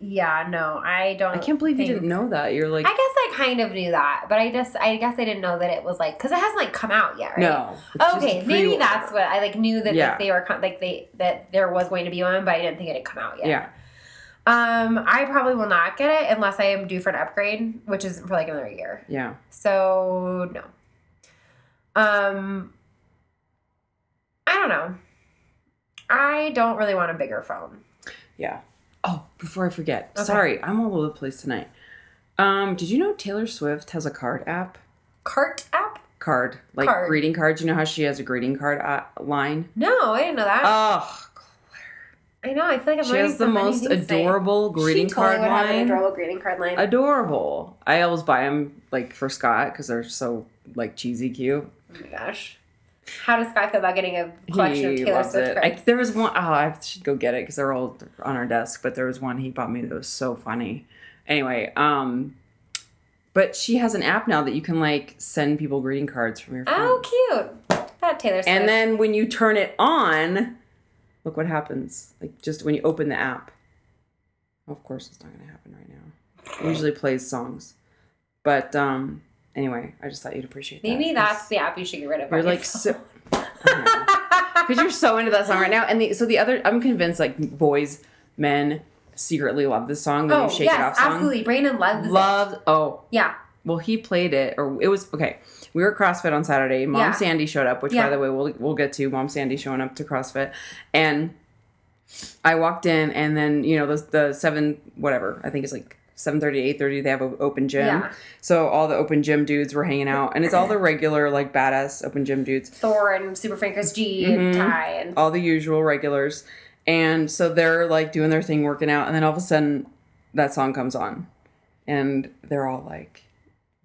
yeah. no, I don't
I can't believe you
think-
didn't know that. You're like
I guess I kind of knew that, but I just I guess I didn't know that it was like cuz it hasn't like come out yet, right?
No. it's just
Okay, maybe
pre-order.
that's what I like knew that
Yeah.
like, they were con- like they that there was going to be one, but I didn't think it had come out yet.
Yeah.
Um, I probably will not get it unless I am due for an upgrade, which is for like another year.
Yeah.
So no. Um, I don't know. I don't really want a bigger phone.
Yeah. Oh, before I forget,
Okay.
sorry, I'm all over the place tonight. Um, did you know Taylor Swift has a card app?
Cart app?
Card, like
Card.
greeting cards. You know how she has a greeting card uh, line?
No, I didn't know that.
Oh,
I know. I feel like I'm
she
learning
has the
so many
most
things tonight.
adorable
She
greeting
totally
card
would have an
line.
adorable greeting card line.
Adorable. I always buy them like for Scott because they're so like cheesy cute.
oh my gosh. How does Scott feel about getting a collection
he
of Taylor
loves
Swift
it. I,
cards?
there was one, oh, I should go get it because they're all on our desk. But there was one he bought me that was so funny. Anyway, um, but she has an app now that you can like send people greeting cards from your phone.
oh, cute. That Taylor Swift.
And then when you turn it on, look what happens. Like just when you open the app. Of course, it's not going to happen right now. It usually plays songs. But um anyway, I just thought you'd appreciate that.
maybe
'cause
that's the app you should get rid of.
you're like so because you're so into that song right now. And the, so the other, I'm convinced like boys, men secretly love this song. The
oh
new Shake
yes,
It Off song.
absolutely. Brandon loves it.
Loved. Oh,
Yeah,
well, he played it, or it was okay. We were at CrossFit on Saturday. Mom
Yeah.
Sandy showed up, which,
Yeah.
by the way, we'll we'll get to. Mom Sandy showing up to CrossFit, and I walked in, and then you know the the seven whatever I think it's like. 7.30 8.30 they have an open gym
Yeah.
so all the open gym dudes were hanging out and it's all the regular like badass open gym dudes
Thor and Super Frankers G and Ty and
Mm-hmm. all the usual regulars. And so they're like doing their thing, working out, and then all of a sudden that song comes on. And they're all like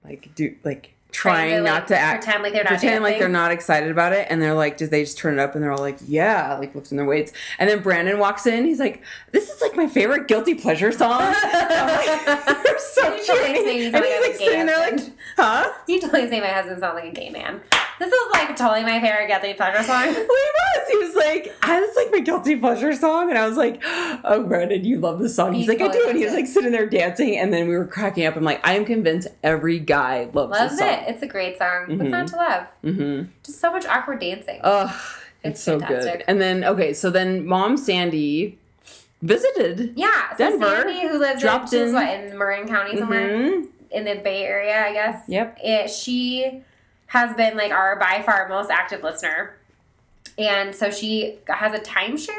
like do like trying
to, like,
not to act
pretend like they're not
pretend like
dancing.
they're not excited about it and they're like just they just turn it up and they're all like yeah like lifting their weights and then brandon walks in he's like this is like my favorite guilty pleasure song I'm like, they're so
You
cute
totally made me
and he's
sound like I
like
was gay
sitting there
husband.
like huh
you totally say my husband sounds like a gay man. This is like totally my favorite guilty pleasure song.
Well, he was. He was like, I was like my guilty pleasure song, and I was like, Oh, Brandon, you love this song. He's
He
like, I
totally
do, and he was
loves it.
like sitting there dancing, and then we were cracking up. I'm like, I am convinced every guy loves
Loves
this song.
it. It's a great song. What's not to love?
Mm-hmm. Oh,
Just so much awkward dancing.
Ugh, it's,
It's
so
fantastic.
good. And then okay, so then Mom Sandy visited.
yeah, so
Denver
Sandy, who lives
dropped
in, she's
in-
what, in Marin County somewhere
Mhm.
in the Bay Area, I guess.
Yep.
It, she has been like our by far most active listener, and so she has a timeshare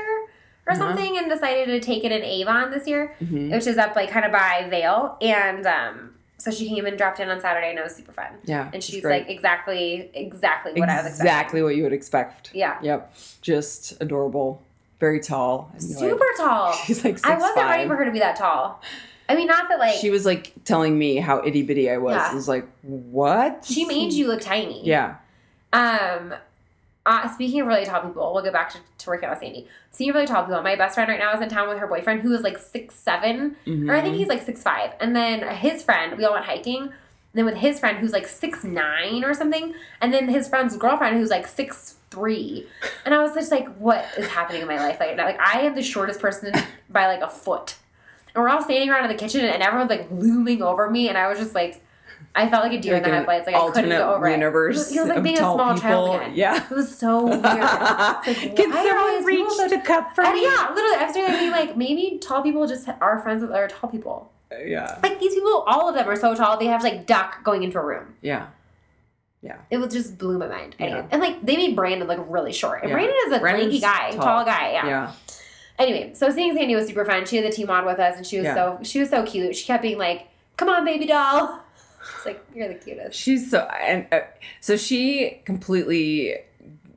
or
Uh-huh.
something, and decided to take it in Avon this year.
Mhm.
which is up like kind of by Vale. And um, so she came and dropped in on Saturday, and it was super fun.
Yeah,
And
it's
she's
great.
like exactly, exactly what I was expecting.
exactly what you would expect.
Yeah.
Yep, just adorable. very tall. I have no
super tall.
She's, like,
I wasn't
6'5".
ready for her to be that tall. I mean, not that like
idea. She was like telling me how itty bitty I was.
Yeah.
I was like, what?
she made you look tiny.
Yeah.
Um, uh, speaking of really tall people, we'll go back to, to working out with Sandy. Speaking of really tall people, my best friend right now is in town with her boyfriend who is like six seven,
Mm-hmm.
or I think he's like six five. And then his friend, we all went hiking. And then with his friend who's like six nine or something, and then his friend's girlfriend who's like six three. And I was just like, what is happening in my life? Like, like I am the shortest person by like a foot. And we're all standing around in the kitchen, and everyone's like looming over me, and I was just like, I felt like a deer
Like
in the
an
headlights. Like I couldn't
alternate
go over
universe
it. It was- It was like
of
being a
tall
small
people.
child again.
Yeah.
it was so weird. It's like,
Can
why are all
someone
these
reach
people so-
the cup for
And
me?
Uh, yeah, literally, I was doing being like, maybe tall people just are friends with other tall people.
Uh, Yeah.
Like these people, all of them are so tall, they have like duck going into a room.
Yeah.
It was just blew my mind. Anyway.
Yeah.
And like they made Brandon look really short. And
Yeah.
Brandon is a
Brandon's
lanky guy,
tall.
tall, guy. Yeah.
Yeah.
Anyway, so seeing Sandy was super fun. She had the team mod with us, and she was
Yeah.
so she was so cute. She kept being like, "Come on, baby doll." She's like, "You're the cutest."
She's so and uh, so she completely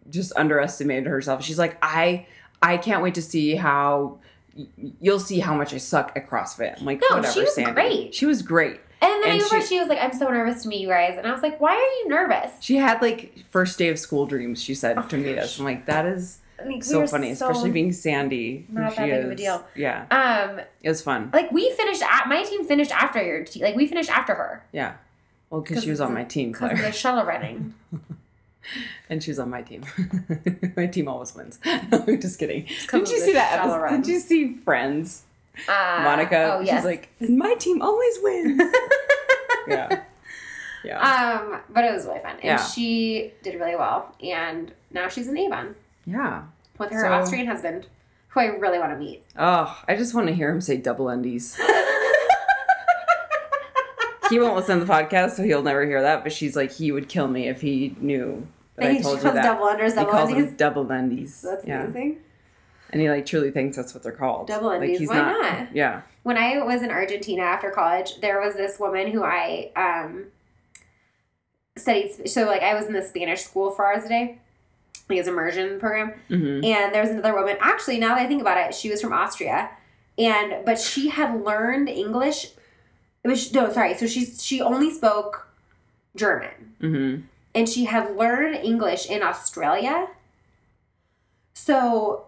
just underestimated herself. She's like, I I can't wait to see how y- you'll see how much I suck at CrossFit. I'm like,
No, she
whatever,
was
Sandy.
great.
She was great.
And then
And
I before
she-
she, was like, "I'm so nervous to meet you guys," and I was like, "Why are you nervous?"
She had like first day of school dreams. She said to meet us. I'm like, that is
Like, Oh we
so
were
funny, especially being Sandy. who
not
she
that big of a
is.
deal.
Yeah,
um
it was fun.
like we finished. a my team finished after your team. Like we finished after her
Yeah, well, because
'Cause
she was
of
on
the-
my team,
because of
Claire,
the shuttle running.
and she was on my team. my team always wins. just kidding.
'cause
Did you
of the
see that?
shallow
Episode? Did you see Friends?
Uh,
Monica.
Oh yes.
She's like, and my team always wins. yeah. Yeah.
um, but it was really fun, and
Yeah.
she did really well. And now she's in Avon
yeah.
with her
So-
Austrian husband, who I really want to meet.
Oh, I just want to hear him say double undies. he won't listen to the podcast, so he'll never hear that. But she's like, he would kill me if he knew that I
he
told you
calls
that.
double unders,
he
double
calls
undies.
them double undies.
That's
yeah.
amazing.
And he like truly thinks that's what they're called.
Double
Like,
undies,
he's
why not?
Yeah.
when I was in Argentina after college, there was this woman who I um, studied. Sp- So, like, I was in the Spanish school for hours a day, like, it's immersion program.
hmm
And there was another woman. Actually, now that I think about it, she was from Austria, and but she had learned English. It was no, sorry. So she she only spoke German,
hmm
and she had learned English in Australia. So.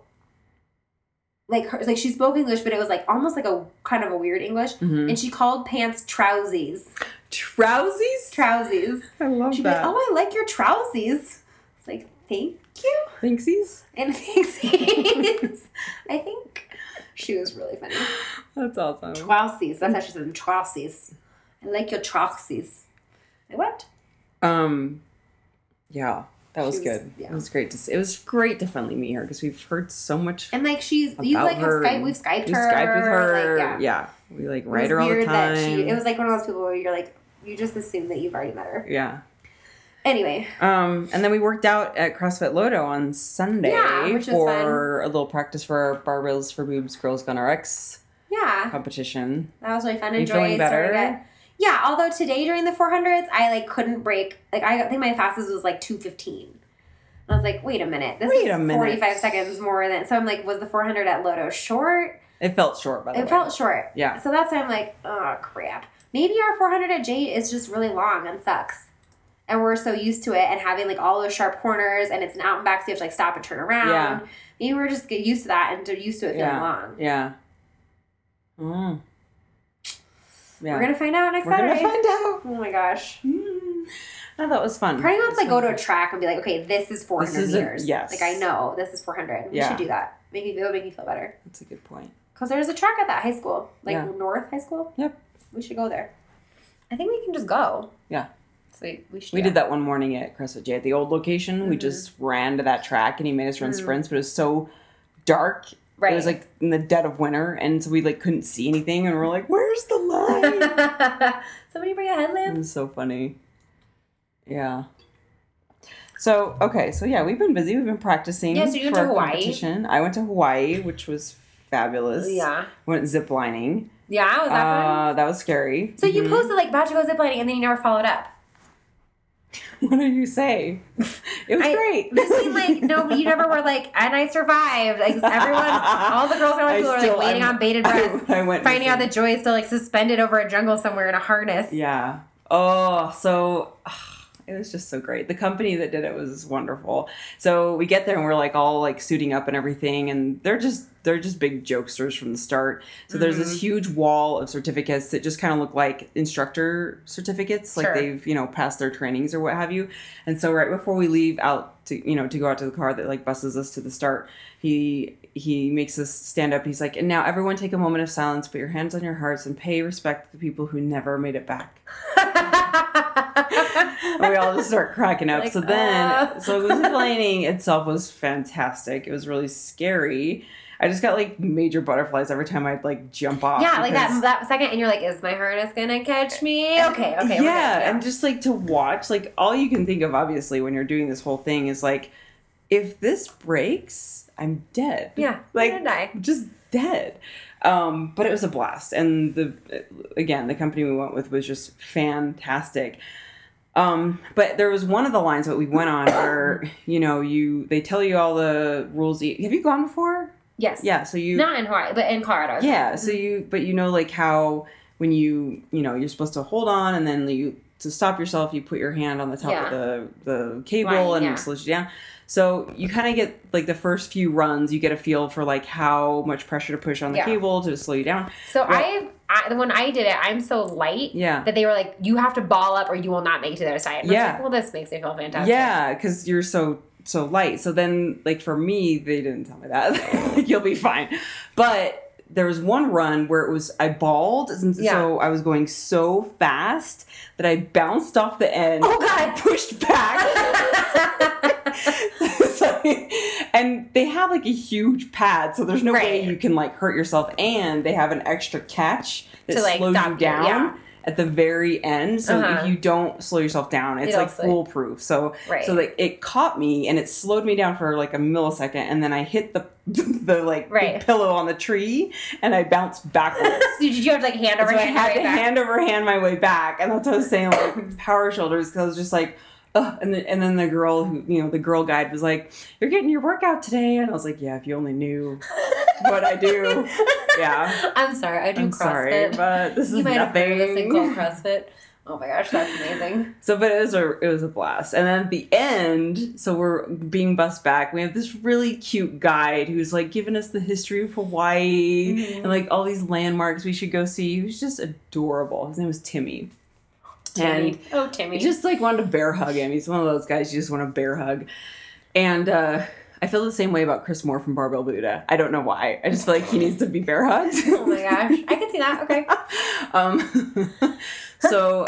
Like her, like she spoke English, but it was like almost like a kind of a weird English
hmm
and she called pants trousies.
Trousies?
Trousies.
I love
She'd be like,
that.
"Oh, I like your trousies." It's like, thank you,
Thinksies?
and thanks. I think she was really funny.
That's awesome.
Trousies. That's how she said them. Trousies. I like your trousies. Like what?
Um, yeah, that
She
was
was-
good.
yeah.
It was great to see. It was great to finally meet her because we've heard so much.
And like she's, you
About
like have
her
Skype.
and-
We've Skyped
we
her.
Skype with her.
like, yeah.
yeah. we like
It was
write her all the
weird
time.
that she- it was like one of those people where you're like, you just assume that you've already met her.
yeah.
Anyway,
Um, and then we worked out at CrossFit Lodo on Sunday
Yeah, which was
for a little practice for our barbells for boobs girls gone RX
yeah,
competition.
that was really fun.
Are you
Enjoy.
feeling
started
better?
it. Yeah, although today during the 400s, I like couldn't break. Like I think my fastest was like 215. I was like, wait a minute, this
Wait
is
a minute.
45 seconds more than. So I'm like, was the 400 at Loto short?
It felt short, by the
It
way.
felt short.
Yeah.
So that's why I'm like, oh crap. Maybe our 400 at Jade is just really long and sucks. And we're so used to it and having like all those sharp corners and it's an out and back, so you have to like stop and turn around.
Yeah.
Maybe we're just get used to that and used to it feeling
yeah.
long.
Yeah. Mm. Yeah.
We're gonna find out next
We're gonna
Saturday.
find out.
oh my gosh.
Mm. I thought it was fun.
Probably wants to go to a track and be like, okay, this is 400
is a-
meters.
yes.
Like, I know this is 400. We
Yeah.
should do that. Make me feel, make me feel better.
That's a good point.
Because there's a track at that high school, like
Yeah.
North High School.
Yep.
We should go there. I think we can just go.
Yeah.
So we, we should.
We did that one morning at CrossFit J at the old location.
Mm-hmm.
We just ran to that track and he made us run sprints, but it was so dark. It was
Mm. Right.
like in the dead of winter, and so we like couldn't see anything, and we're like, "Where's the line?" it
that. Somebody bring a headlamp.
was so funny. Yeah. So okay, so yeah, we've been busy. We've been practicing.
Yeah, so you went
for
to
our
Hawaii.
Competition. I went to Hawaii, which was fabulous.
Yeah.
Went zip lining.
Yeah, was that fun?
Uh, that was scary.
So you posted like about to go ziplining and then you never followed up.
What do you say? It was
I-
great.
This seemed like no, but you never were like, and I survived. Like everyone, all the girls I went
I
to were like
still-
waiting
I'm-
on bated
I-
breath,
I went
finding out
missing.
that Joy is still like suspended over a jungle somewhere in a harness.
Yeah. Oh, so ah, it was just so great. The company that did it was wonderful. So we get there and we're like all like suiting up and everything, and they're just they're just big jokesters from the start. So there's this huge wall of certificates that just kind of look like instructor certificates, like
Sure.
they've you know passed their trainings or what have you. And so right before we leave out to you know to go out to the car that like buses us to the start, he he makes us stand up. He's like, and now everyone take a moment of silence, put your hands on your hearts, and pay respect to the people who never made it back and we all just start cracking up.
Like,
so then,
uh.
so it was planning itself was fantastic. It was really scary. I just got like major butterflies every time I'd like jump off.
yeah, like that
because-
that second, and you're like, is my harness gonna catch me? Okay, okay, we're
yeah,
good,
and just like to watch, like all you can think of, obviously, when you're doing this whole thing is like, if this breaks, I'm dead.
Yeah, I'm
like
gonna die.
just dead. Um, but it was a blast, and the again, the company we went with was just fantastic. Um, but there was one of the lines that we went on where you know you they tell you all the rules. Have you gone before?
yes,
Yeah, so you
not in Hawaii, but in Colorado.
yeah, so you but you know like how when you you know you're supposed to hold on and then you to stop yourself you put your hand on the top
Yeah.
of the the cable
Line,
and
yeah.
it slows you down. So you kind of get like the first few runs you get a feel for like how much pressure to push on the
Yeah.
cable to slow you down.
So
Yeah.
I've I, when I did it, I'm so light
Yeah.
that they were like, you have to ball up or you will not make it to the other side. And I was
Yeah.
like, well, this makes me feel fantastic.
Yeah, because you're so so light. So then, like for me, they didn't tell me that. like, You'll be fine. But there was one run where it was I balled, and
Yeah.
so I was going so fast that I bounced off the end.
Oh God.
pushed back. So- and they have like a huge pad, so there's no way
Right.
you can like hurt yourself. And they have an extra catch that
To, like,
slows
stop
you
you,
down
yeah.
at the very end. So
Uh-huh.
if you don't slow yourself down, it's
It'll
like
slow-
foolproof. So
Right.
so like it caught me and it slowed me down for like a millisecond, and then I hit the the like big
Right.
pillow on the tree, and I bounced backwards.
So did you have like hand over
So I
hand?
had
right
to
back?
hand over hand my way back, and that's what I was saying, like power shoulders, because I was just like, Ugh. and then and then the girl who you know the girl guide was like, "You're getting your workout today," and I was like, "Yeah, if you only knew what I do, yeah."
I'm sorry, I do
I'm
CrossFit.
sorry, but this
you
is
might have heard of this thing called
nothing.
CrossFit. Oh my gosh, that's amazing.
So, but it was a it was a blast. And then at the end, so we're being bused back. We have this really cute guide who's like giving us the history of Hawaii and like all these landmarks we should go see. He was just adorable. His name was Timmy. And
Timmy. oh Timmy.
I just like wanted to bear hug him. He's one of those guys you just want to bear hug. And uh, I feel the same way about Chris Moore from Barbell Buddha. I don't know why. I just feel like he needs to be bear hugged.
oh my gosh, I can see that. Okay.
Um, so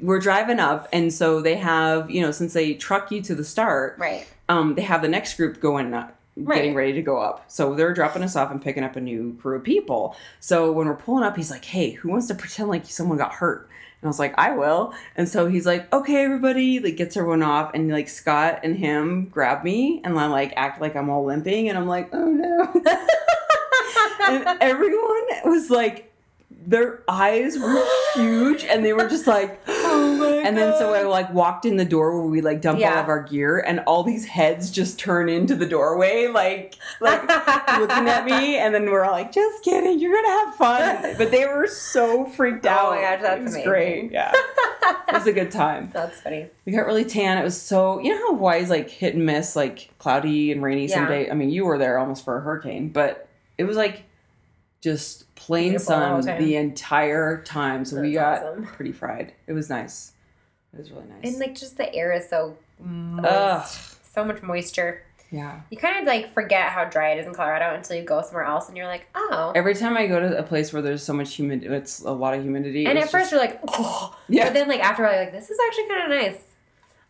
we're driving up, and so they have you know since they truck you to the start,
Right.
um, they have the next group going up,
Right.
getting ready to go up. So they're dropping us off and picking up a new crew of people. So when we're pulling up, he's like, "Hey, who wants to pretend like someone got hurt?" And I was like, "I will." And so he's like, "Okay, everybody," like gets everyone off, and like Scott and him grab me, and I like act like I'm all limping, and I'm like, "Oh no." and everyone was like their eyes were huge and they were just like and then so I like walked in the door where we like dump all
Oh Yeah.
of our gear and all these heads just turn into the doorway like like looking at me and then we're all like just kidding you're gonna have fun but they were so freaked
Oh my
out
gosh, that's
it was
amazing.
great yeah it was a good time
That's funny.
we got really tan it was so you know how Hawaii's like hit and miss like cloudy and rainy some
Yeah.
day I mean you were there almost for a hurricane but it was like just plain
Beautiful all
sun
the
the,
time.
entire time so we
That's
got
awesome.
pretty fried it was nice it was really nice
And like just the air is so moist.
Ugh.
So much moisture.
Yeah.
You kind of like forget how dry it is in Colorado until you go somewhere else and you're like, oh.
Every time I go to a place where there's so much humid, it's a lot of humidity.
and at
it's
first
just-
you're like, oh.
Yeah.
But then like after a while you're like, this is actually kind of nice.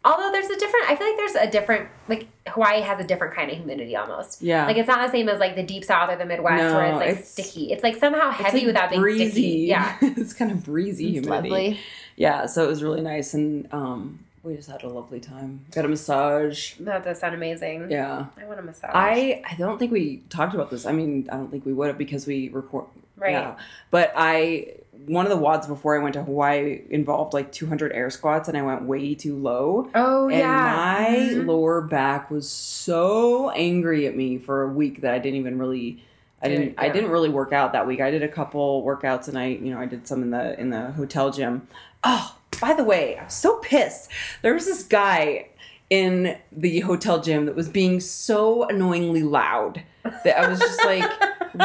Although there's a different, I feel like there's a different, like Hawaii has a different kind of humidity almost.
Yeah.
Like it's not the same as like the deep south or the Midwest
No,
where it's like
it's-
sticky. It's like somehow
it's,
heavy
like,
without being sticky. Yeah.
it's kind of breezy
It's
humidity.
lovely.
Yeah, so it was really nice, and um, we just had a lovely time. Got a massage.
That does sound amazing.
Yeah.
I want a massage.
I, I don't think we talked about this. I mean, I don't think we would have because we record.
Right.
But I one of the wads before I went to Hawaii involved like 200 air squats, and I went way too low.
Oh
and
yeah.
my
Mhm.
lower back was so angry at me for a week that I didn't even really I
Dude,
didn't I
yeah.
didn't really work out that week. I did a couple workouts and I, you know, I did some in the in the hotel gym. Oh, by the way, I'm so pissed. There was this guy in the hotel gym that was being so annoyingly loud that I was just like,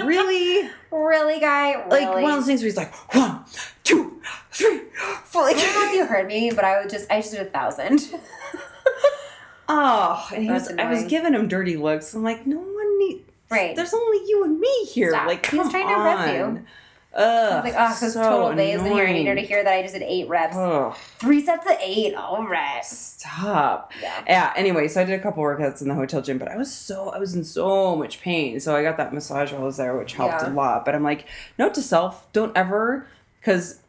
really?
really, guy.
Like
Really?
one of those things where he's like, one, two, three, four. Like,
I don't know if you heard me, but I would just I just did a thousand.
Oh, and he
That's
was, I was
annoying.
giving him dirty looks. I'm like, no one needs.
Right.
There's only you and me here.
Stop.
Like,
He
come
was trying to impress you.
on. Ugh,
I was like, oh, this
so
total days in here. I
annoying.
needed to hear that I just did eight reps.
Ugh,
Three sets of eight. All right.
stop.
Yeah.
Yeah. Anyway, so I did a couple workouts in the hotel gym, but I was so I was in so much pain. So I got that massage while I was there, which helped
Yeah.
a lot. But I'm like, note to self: don't ever, because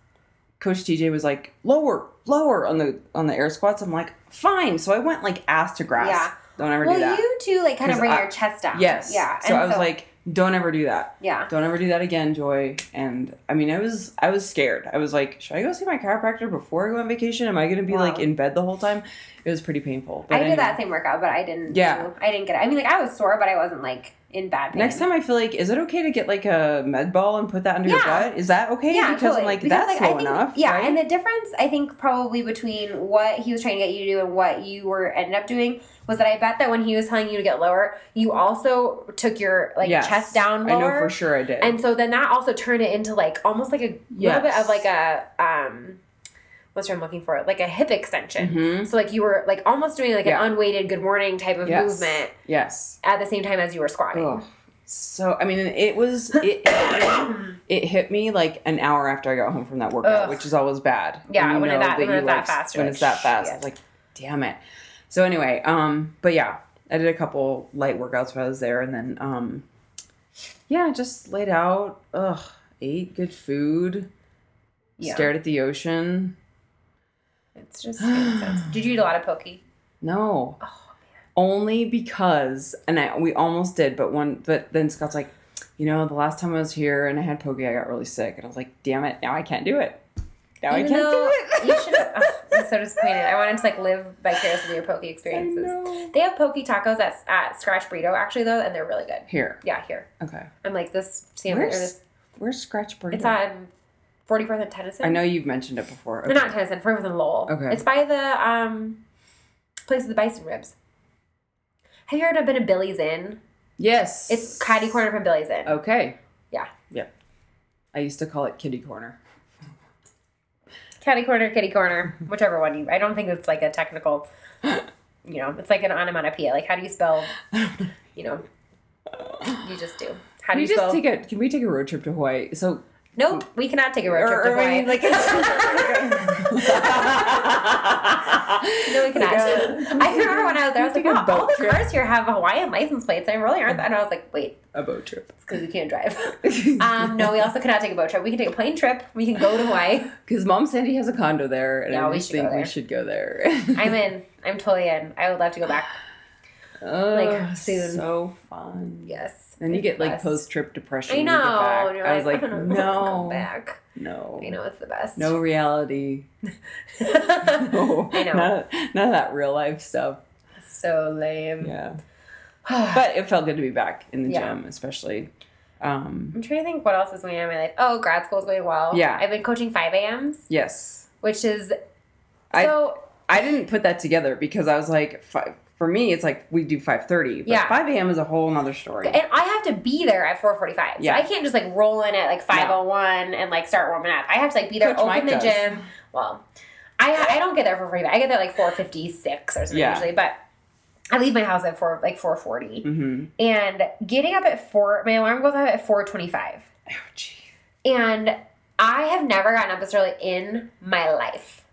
Coach TJ was like, lower, lower on the on the air squats. I'm like, fine. So I went like ass to grass.
Yeah.
Don't ever do
Well,
that.
you too, like, kind of
'Cause
bring
I-
your chest down.
Yes.
Yeah.
So
and
I was like, don't ever do that.
yeah.
Don't ever do that again, Joy. And I mean, I was I was scared. I was like, should I go see my chiropractor before I go on vacation? Am I going to be
Wow.
like in bed the whole time? It was pretty painful.
I
anyway.
did that same workout, but I didn't.
Yeah.
do- I didn't get it. I mean, like, I was sore, but I wasn't like in bad pain.
Next time, I feel like, is it okay to get like a med ball and put that under your
Yeah.
butt? Is that okay?
Yeah,
because
totally.
I'm like,
Because,
that's
I
low
think,
enough.
Yeah,
right?
and the difference I think probably between what he was trying to get you to do and what you were ended up doing was that I bet that when he was telling you to get lower, you also took your like
Yes.
chest down
I
lower.
know for sure I did.
And so then that also turned it into like almost like a little bit
Yes.
of like a um what's what I'm looking for? Like a hip extension.
Mhm.
So like you were like almost doing like
Yeah.
an unweighted good morning type of
Yes.
movement
yes.
at the same time as you were squatting.
Ugh. So I mean, it was it, it hit me like an hour after I got home from that workout,
Ugh.
which is always bad.
Yeah,
you
when it
know
that- when
you,
it's that
like,
fast, you're
When
like,
it's that fast, I
"Shit."
was like, damn it. So anyway, um, but yeah, I did a couple light workouts while I was there, and then um, yeah, just laid out. Ugh, ate good food.
Yeah.
Stared at the ocean.
It's just it sounds- Did you eat a lot of pokey?
No.
Oh,
Only because, and I we almost did, but one, but then Scott's like, you know, the last time I was here and I had pokey, I got really sick, and I was like, damn it, now I can't do it. Now I
Even
can't
though
do it.
you should have oh, I'm so disappointed. I wanted to like live vicariously your pokey experiences.
know.
They have pokey tacos at, at Scratch Burrito actually though, and they're really good.
Here,
Yeah, here.
okay.
I'm like this sandwich. or
Where's
this,
where's scratch burger?
it's on 44th and Tennyson.
I know you've mentioned it before.
No, not Tennyson. Furman and Lowell.
Okay.
It's by the um place with the bison ribs. Have you ever been to Billy's Inn?
Yes, Oh.
It's Caddy Corner from Billy's Inn.
Okay.
Yeah.
Yep. I used to call it kitty corner.
Caddy Corner, Kitty Corner, whichever one you. I don't think it's like a technical. You know, it's like an onomatopoeia. Like, how do you spell? You know, you just do. How
Can
do you,
we just
spell?
take a? Can we take a road trip to Hawaii? So
nope, we cannot take a road trip
or,
to
or I
Hawaii.
mean, like.
no, we cannot.
Yeah.
I remember when I was there, I was like,
Take a
wow, all
boat
the
trip.
cars here have Hawaiian license plates. They really aren't. that- And I was like, wait,
a boat trip.
it's because we can't drive. um, no, we also cannot take a boat trip. We can take a plane trip. We can go to Hawaii.
Because Mom Sandy has a condo there, and
Yeah,
I
we
just
should go
think we
there.
should go there.
I'm in. I'm totally in. I would love to go back.
oh,
like, soon.
So fun.
Yes.
Then you
It's
get like
best.
post trip depression.
I
when
know.
you get back.
and you're
I was like,
don't know if I'll Come
no,
back.
no,
I know it's the best.
no reality. No,
I know.
None of, none of that real life stuff.
So lame.
Yeah, but it felt good to be back in the
Yeah.
gym, especially. Um,
I'm trying to think what else is going on in my life. Oh, grad school's going well.
Yeah.
I've been coaching 5 a.m.s,
yes,
which is
I-
so
I didn't put that together because I was like, fi- for me, it's like we do five thirty, but
Yeah.
five a.m. is a whole nother story.
and I have to be there at 4:45.
Yeah.
So I can't just like roll in at like 5:01 and like start warming up. I have to like be there,
Coach
open
Mike
the
does.
gym. Well, I I don't get there for 45. I get there like 4:56 or something
Yeah.
usually, but I leave my house at 4 like 4:40.
Mm-hmm.
And getting up at 4 my alarm goes off at 4:25.
Oh, gee.
And I have never gotten up this early in my life.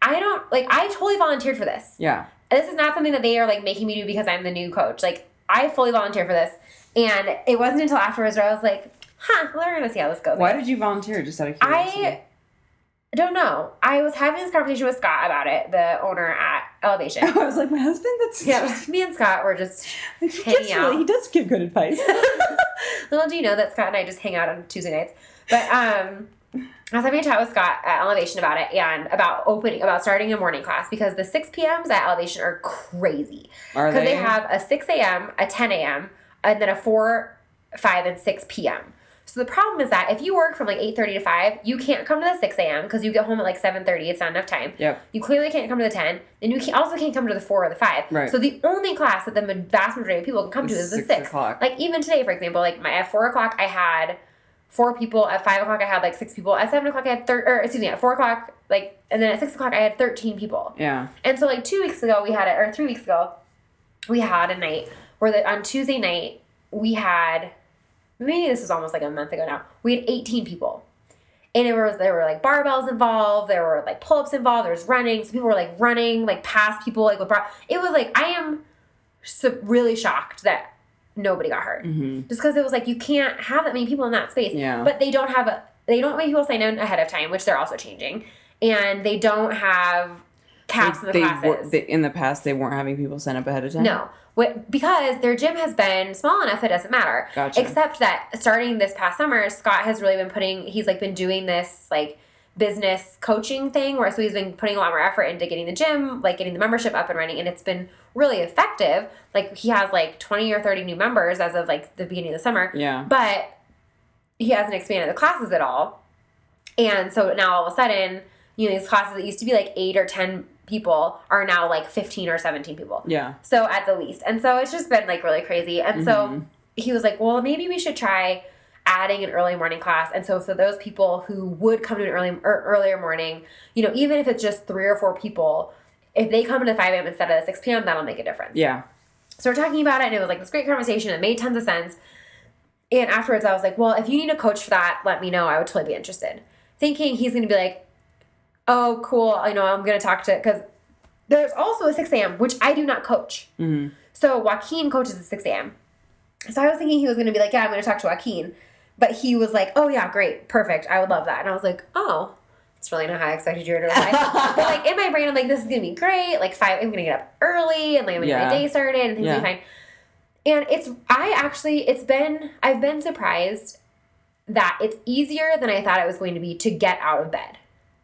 I don't like I totally volunteered for this.
Yeah.
And this is not something that they are like making me do because I'm the new coach. Like I fully volunteer for this, and it wasn't until afterwards where I was like, "Huh, well, we're gonna see how this goes."
Why did you volunteer? Just out of curiosity.
I don't know. I was having this conversation with Scott about it, the owner at Elevation.
I was like, my husband. That's
yeah, me and Scott were just
he gives
hanging out.
really, he does give good advice.
Little do you know that Scott and I just hang out on Tuesday nights. But um I was having a chat with Scott at Elevation about it and about opening about starting a morning class because the 6 p.m.s at Elevation are crazy.
Are
Because
they?
they have a 6 a.m., a 10 a.m., and then a 4, 5, and 6 p.m. So the problem is that if you work from like 8:30 to 5, you can't come to the 6 a.m. because you get home at like 7:30. It's not enough time.
Yep.
You clearly can't come to the 10, and you can, also can't come to the 4 or the 5.
Right.
So the only class that the ma- vast majority of people can come to
It's
is the 6.
six o'clock.
Like even today, for example, like my at 4 o'clock, I had four people. At 5 o'clock, I had like six people. At 7 o'clock, I had thir- or excuse me, at 4 o'clock, like, and then at 6 o'clock, I had 13 people.
Yeah.
And so like two weeks ago we had it, or three weeks ago, we had a night where the, on Tuesday night we had maybe this was almost like a month ago now. We had 18 people. And it was there were like barbells involved, there were like pull-ups involved, there was running, so people were like running like past people like with bar- it was like I am so really shocked that nobody got hurt.
Mhm.
Just because it was like you can't have that many people in that space.
Yeah.
But they don't have a they don't make people sign in ahead of time, which they're also changing. And they don't have caps in the
They
classes.
were, they, in the past, they weren't having people sign up ahead of time.
No, what, because their gym has been small enough, it doesn't matter.
Gotcha.
Except that starting this past summer, Scott has really been putting. He's like been doing this like business coaching thing where so he's been putting a lot more effort into getting the gym, like getting the membership up and running, and it's been really effective. Like he has like twenty or thirty new members as of like the beginning of the summer.
Yeah.
But he hasn't expanded the classes at all. And so now all of a sudden, you know, these classes that used to be like eight or 10 people are now like 15 or 17 people.
Yeah.
So at the least. And so it's just been like really crazy. And so he was like, well, maybe we should try adding an early morning class. And so for those people who would come to an early or earlier morning, you know, even if it's just three or four people, if they come to 5 a.m. instead of 6 p.m., that'll make a difference.
Yeah.
So we're talking about it, and it was like this great conversation. It made tons of sense. And afterwards, I was like, well, if you need a coach for that, let me know. I would totally be interested. Thinking he's going to be like, oh, cool. I know I'm going to talk to, because there's also a 6 a.m., which I do not coach. So Joaquin coaches at 6 a.m. So I was thinking he was going to be like, yeah, I'm going to talk to Joaquin. But he was like, oh, yeah, great, perfect. I would love that. And I was like, oh, that's really not how I expected you to reply. but like in my brain, I'm like, this is going to be great. Like, five, I'm going to get up early and like, I'm going to get
Yeah.
my day started and things
Yeah.
will be fine. And it's, I actually, it's been, I've been surprised that it's easier than I thought it was going to be to get out of bed.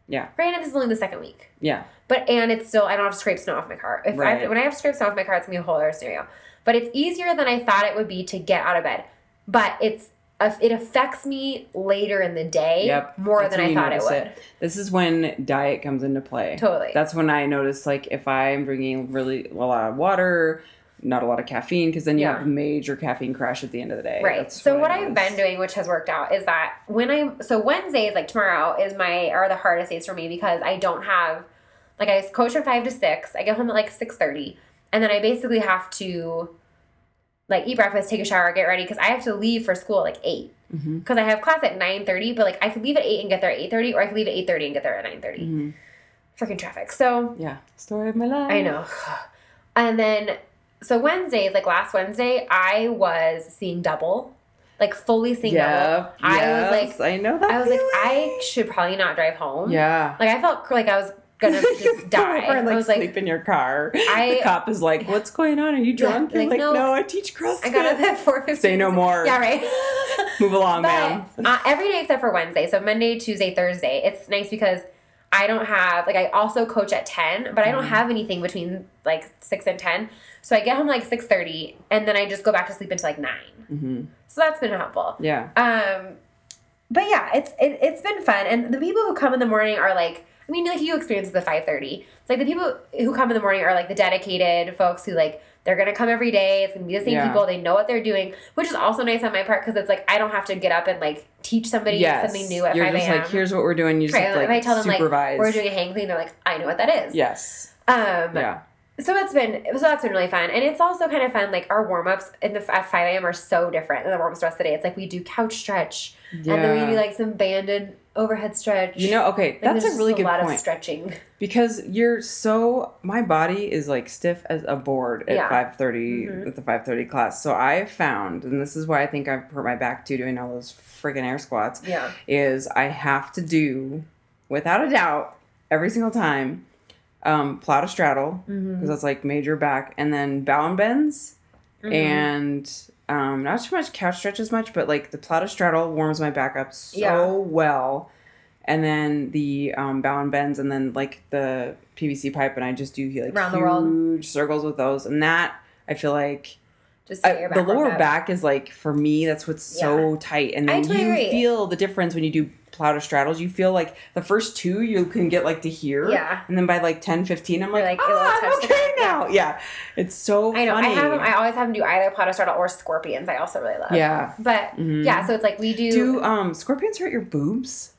Yeah.
Granted, this is only the second week.
Yeah.
But and it's still I don't have to scrape snow off my car. If I,
Right.
when I have to scrape snow off my car, it's gonna be a whole other scenario. But it's easier than I thought it would be to get out of bed. But it's it affects me later in the day
Yep.
more
That's
than
when
I
you
thought it
notice
would.
This is when diet comes into play.
Totally.
That's when I notice, like, if I'm drinking really a lot of water, not a lot of caffeine, because then you
Yeah.
have a major caffeine crash at the end of the day.
Right.
That's
So what
I
I've
notice.
been doing, which has worked out, is that when I so Wednesdays like tomorrow is my are the hardest days for me because I don't have like I coach from five to six. I get home at like six thirty, and then I basically have to like eat breakfast, take a shower, get ready because I have to leave for school at like eight because
Mhm.
I have class at nine thirty. But like I could leave at eight and get there at eight thirty, or I could leave at eight thirty and get there at nine thirty.
Mhm.
Freaking traffic. So
Yeah. Story of my life.
I know. And then, so Wednesdays, like last Wednesday, I was seeing double, like fully seeing
Yep.
double. I was
yes,
like,
I know that.
I was like,
feeling.
I should probably not drive home.
Yeah.
Like I felt cr- like I was gonna
You
just
pull
die.
over and, like,
I was like,
sleep in your car.
I-
the cop is like, "What's going on? Are you drunk?" You're
like,
like,
no,
no, I teach CrossFit."
I got up at four fifteen.
Say no more.
Yeah, right.
Move along,
but
ma'am.
uh, every day except for Wednesday, so Monday, Tuesday, Thursday, it's nice because. I don't have like I also coach at ten, but I don't have anything between like six and ten. So I get home like six thirty, and then I just go back to sleep until like nine.
hmm
So that's been helpful.
Yeah.
Um, but yeah, it's it, it's been fun, and the people who come in the morning are like, I mean, like you experience the five thirty. It's like the people who come in the morning are like the dedicated folks who like they're gonna come every day. It's gonna be the same
Yeah.
people. They know what they're doing, which is also nice on my part because it's like I don't have to get up and like teach somebody
yes.
something new at
You're
five
just
a.m.
like, here's what we're doing. You just
Right,
have to,
if
like
I tell them
supervise.
like we're doing a hang clean, they're like, I know what that is.
yes.
Um,
Yeah.
so it's been so that's been really fun, and it's also kind of fun. Like our warm ups in the at five a.m. are so different than the warm ups the rest of the day. It's like we do couch stretch, and then we do
Yeah.
like some banded overhead stretch.
You know, okay,
Like,
that's
there's
a really
just
good
lot
point
of stretching.
because you're so my body is like stiff as a board at
Yeah. Mm-hmm.
5:30 at the 5:30 class. So I found, and this is why I think I've hurt my back too doing all those freaking air squats.
Yeah.
is I have to do without a doubt every single time um, plow to straddle because
Mm-hmm.
that's like major back, and then bow and bends, Mm-hmm.
Mm-hmm.
and um, not too much couch stretch as much, but like the plow to straddle warms my back up so
Yeah.
well. and then the um, bound bends, and then like the PVC pipe, and I just do like
Round the
huge
world.
circles with those, and that I feel like
Just
I-
get your
the lower
back. rubbed up.
back is like for me that's what's so tight, and
I
then
totally
you
agree.
feel the difference when you do plow to straddles. You feel like the first two you can get like to here,
Yeah.
and then by like 10, 15, I'm
You're
like,
like, it will
ah,
touch
I'm
the
okay
back." Yeah.
now. Yeah. it's so
I know.
funny.
I have them. I always have them do either Plato Startle or Scorpions. I also really love.
yeah.
But
Mhm.
yeah, so it's like we do.
Do um scorpions hurt your boobs?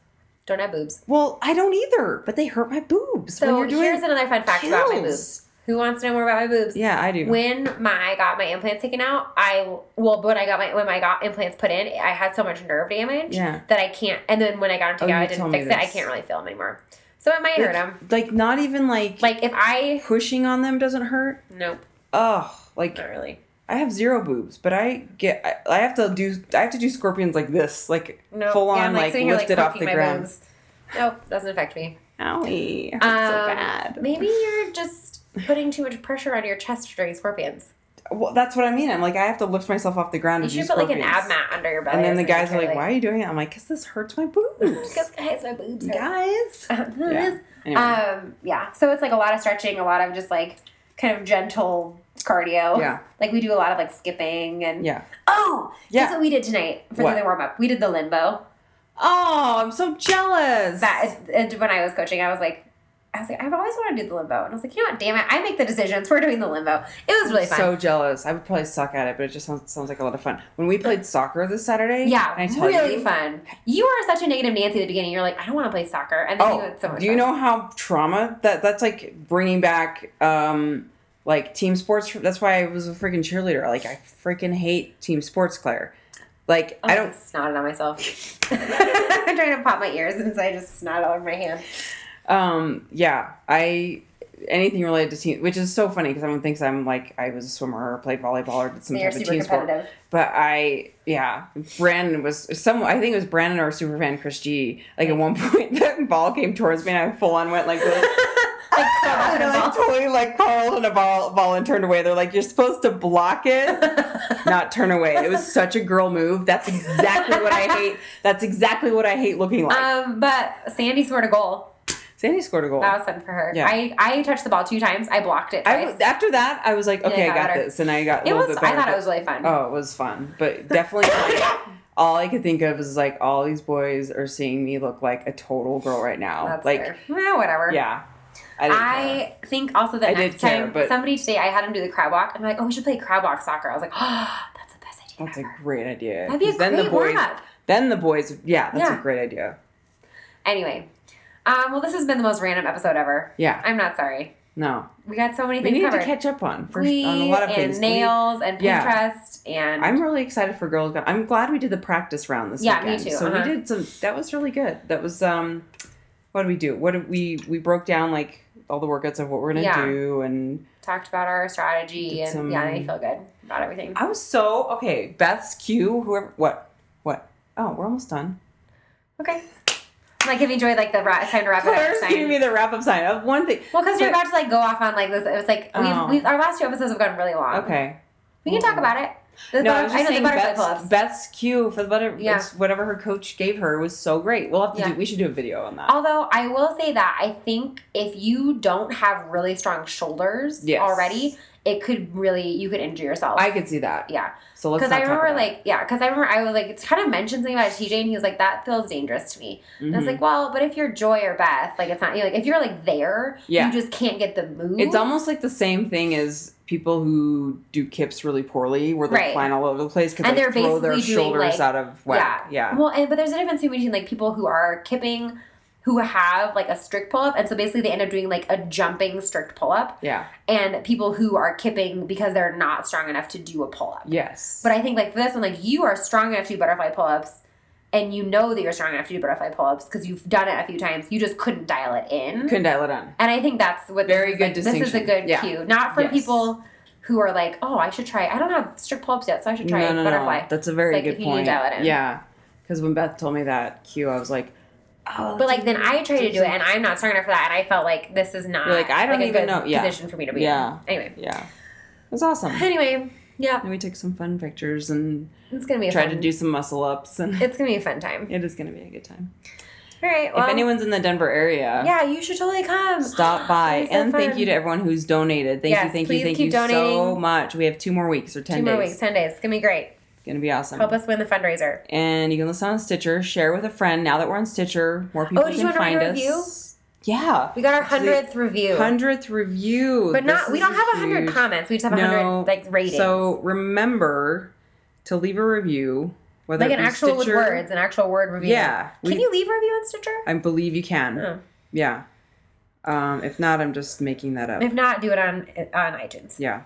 don't have boobs.
Well, I don't either, but they hurt my boobs when
So
you're doing.
here's another fun fact about my
kills.
boobs. Who wants to know more about my boobs?
yeah, I do.
When my I got my implants taken out, I well when I got my when I got implants put in, I had so much nerve damage
Yeah.
that I can't. And then when I got them
Oh,
taken out,
you
I didn't
told me
fix it. I
this.
can't really feel them anymore. So it might hurt
like,
'em. hurt them.
like not even like
Like if I
pushing on them doesn't hurt.
nope,
Ugh, like
not really.
I have zero boobs, but I get I, I have to do I have to do scorpions like this, like
Nope.
full on
Yeah, I'm,
like,
sitting here,
lifted off
poking
the
my
ground.
boobs. Nope, doesn't affect me.
Owie, hurts so
Um,
bad.
Maybe you're just putting too much pressure on your chest during scorpions.
Well, that's what I mean. I'm like I have to lift myself off the ground.
You
to do
should put like an
scorpions.
ab mat under your belly.
And then
or
the guys are
something,
like, "Why are you doing it?" I'm like, "Cause this hurts my boobs,
Because guys, my boobs hurt.
guys." Yeah. Anyway.
Um, yeah. So it's like a lot of stretching, a lot of just like kind of gentle cardio.
Yeah.
Like we do a lot of like skipping and
yeah.
oh,
Yeah.
that's what we did tonight for
What?
the warm up. We did the limbo.
Oh, I'm so jealous.
That and when I was coaching, I was like. I was like, I've always wanted to do the limbo, and I was like, you know what? Damn it, I make the decisions. We're doing the limbo. It was really fun.
so jealous. I would probably suck at it, but it just sounds, sounds like a lot of fun. When we played soccer this Saturday,
Yeah,
and I tell
really
you,
fun. You are such a negative Nancy at the beginning. You're like, I don't want to play soccer, and then you
Oh,
had so much
do you
fun.
know how trauma that that's like bringing back um like team sports? That's why I was a freaking cheerleader. Like I freaking hate team sports, Claire. Like
Oh,
I don't.
snotted on myself. I'm trying to pop my ears, and so I just snotted all over my hand.
Um, yeah, I anything related to team, which is so funny because everyone thinks I'm like I was a swimmer or played volleyball or did some
They are
type of
super
team sport.
competitive.
But I, yeah, Brandon was some. I think it was Brandon or Superfan Chris G. Like at one point, that ball came towards me, and I full on went like this.
Like, caught
and
in a
I
ball.
totally like curled in a ball, ball and turned away. They're like, you're supposed to block it, not turn away. It was such a girl move. That's exactly what I hate. That's exactly what I hate looking like.
um, but Sandy scored a goal.
Sandy scored a goal.
That was fun for her.
Yeah.
I, I touched the ball two times. I blocked it
I
twice.
was- after that, I was like, okay,
Yeah,
I
got
got
her.
this, and I got a
it
little bit
was. I
better.
thought it was really fun.
Oh, it was fun, but definitely. like, All I could think of is like all these boys are seeing me look like a total girl right now.
That's
like,
fair. Eh, whatever.
yeah, I, didn't care.
I think also that
I did
next
care,
time
but-
somebody today I had him do the crab walk. I'm like, oh, we should play crab walk soccer. I was like, oh, that's the best idea.
that's a
ever.
great idea.
That'd be a
'Cause then the
great
boys,
warm-up.
then the boys, yeah, that's
Yeah.
a great idea.
Anyway, um, well, this has been the most random episode ever.
Yeah,
I'm not sorry.
no,
We got so many
we
things
need
covered.
to catch up on for,
Glee
on a lot of
and
things. Glee-
nails and
Yeah.
Pinterest and
I'm really excited for Girls Gone. I'm glad we did the practice round this
Yeah, me
weekend.
too,
So
uh-huh.
we did some. That was really good. That was um, what did we do? What did we we broke down like all the workouts of what we're gonna
Yeah.
do, and
talked about our strategy
Did
and
some-
yeah, I feel good about everything.
I was so okay. Beth's cue. Whoever what what. Oh, we're almost done.
Okay. I'm like if you enjoyed like the ra- time to wrap it up
Claire's
sign.
giving me the wrap up sign of one thing.
well, because we're
But-
about to like go off on like this. It was like we've,
Oh.
we've our last two episodes have gone really long.
Okay.
we can talk about it. The
No,
butter-
I was just
know the
saying
butterfly
Beth's,
pull-ups.
Beth's cue for the butter,
Yeah.
it's whatever her coach gave her was so great. We'll have to
Yeah. Oh.
do. We should do a video on that.
Although I will say that I think if you don't have really strong shoulders
Yes.
already, it could really you could injure yourself.
I could see that.
yeah,
So let's.
because
not
I
talk
remember
about it.
like yeah, because I remember I was like it's kind of mentioned something about TJ and he was like that feels dangerous to me. And I was
Mhm.
like, well, but if you're Joy or Beth, like it's not you know, like if you're like there,
Yeah.
you just can't get the move.
It's almost like the same thing as people who do kips really poorly, where they're
Right.
flying all over the place because
And
they
they're
throw their
basically doing,
shoulders
like-
out of whack. Yeah.
Well, and but there's a difference between like people who are kipping, who have like a strict pull up, and so basically they end up doing like a jumping strict pull up.
Yeah.
and people who are kipping because they're not strong enough to do a pull up.
Yes.
But I think like for this one, like you are strong enough to do butterfly pull ups, and you know that you're strong enough to do butterfly pull ups because you've done it a few times. You just couldn't dial it in,
couldn't dial it on.
and I think that's what
Very
this is, like,
good
This is a
distinction.
good
Yeah.
cue, not for
Yes.
people who are like, oh, I should try. I don't have strict pull ups yet, so I should try
no, no,
butterfly.
no. That's a very
It's like,
good
if you
point.
need to dial it in.
Yeah. Because when Beth told me that cue, I was like, oh.
But like then I tried to do it, and I'm not strong enough for that, and I felt like this is not
You're like, I don't
a
even
good
know. Yeah.
position for me to be
Yeah.
in. Anyway,
yeah, it was awesome.
anyway, yeah,
And we took some fun pictures and
it's gonna be a
tried
fun,
to do some muscle ups, and
It's gonna be a fun time.
it is going to be a good time.
All right. Well,
if anyone's in the Denver area,
yeah, you should totally come.
stop by.
That'd be so
and thank
fun.
you to everyone who's donated. Thank you,
Yes,
thank you,
please
thank
keep
you so
donating.
much. We have two more weeks or 10
Two
days.
more weeks, ten days. It's gonna be great.
It's going to be awesome.
Help us win the fundraiser.
And you can listen on Stitcher. Share with a friend. Now that we're on Stitcher, more people
Oh, did you
can
want to write
find
a
us. Yeah.
We got our
Actually,
hundredth review,
hundredth review.
but
This
not. We
is
don't have hundred
huge-
comments. We just have hundred
No.
like ratings,
So remember to leave a review. Whether
like
it
an
be
actual with
Stitcher-
words, an actual word review.
Yeah.
Can
we-
you leave a review on Stitcher?
I believe you can.
Oh.
Yeah. Um, if not, I'm just making that up.
If not, do it on on iTunes.
Yeah.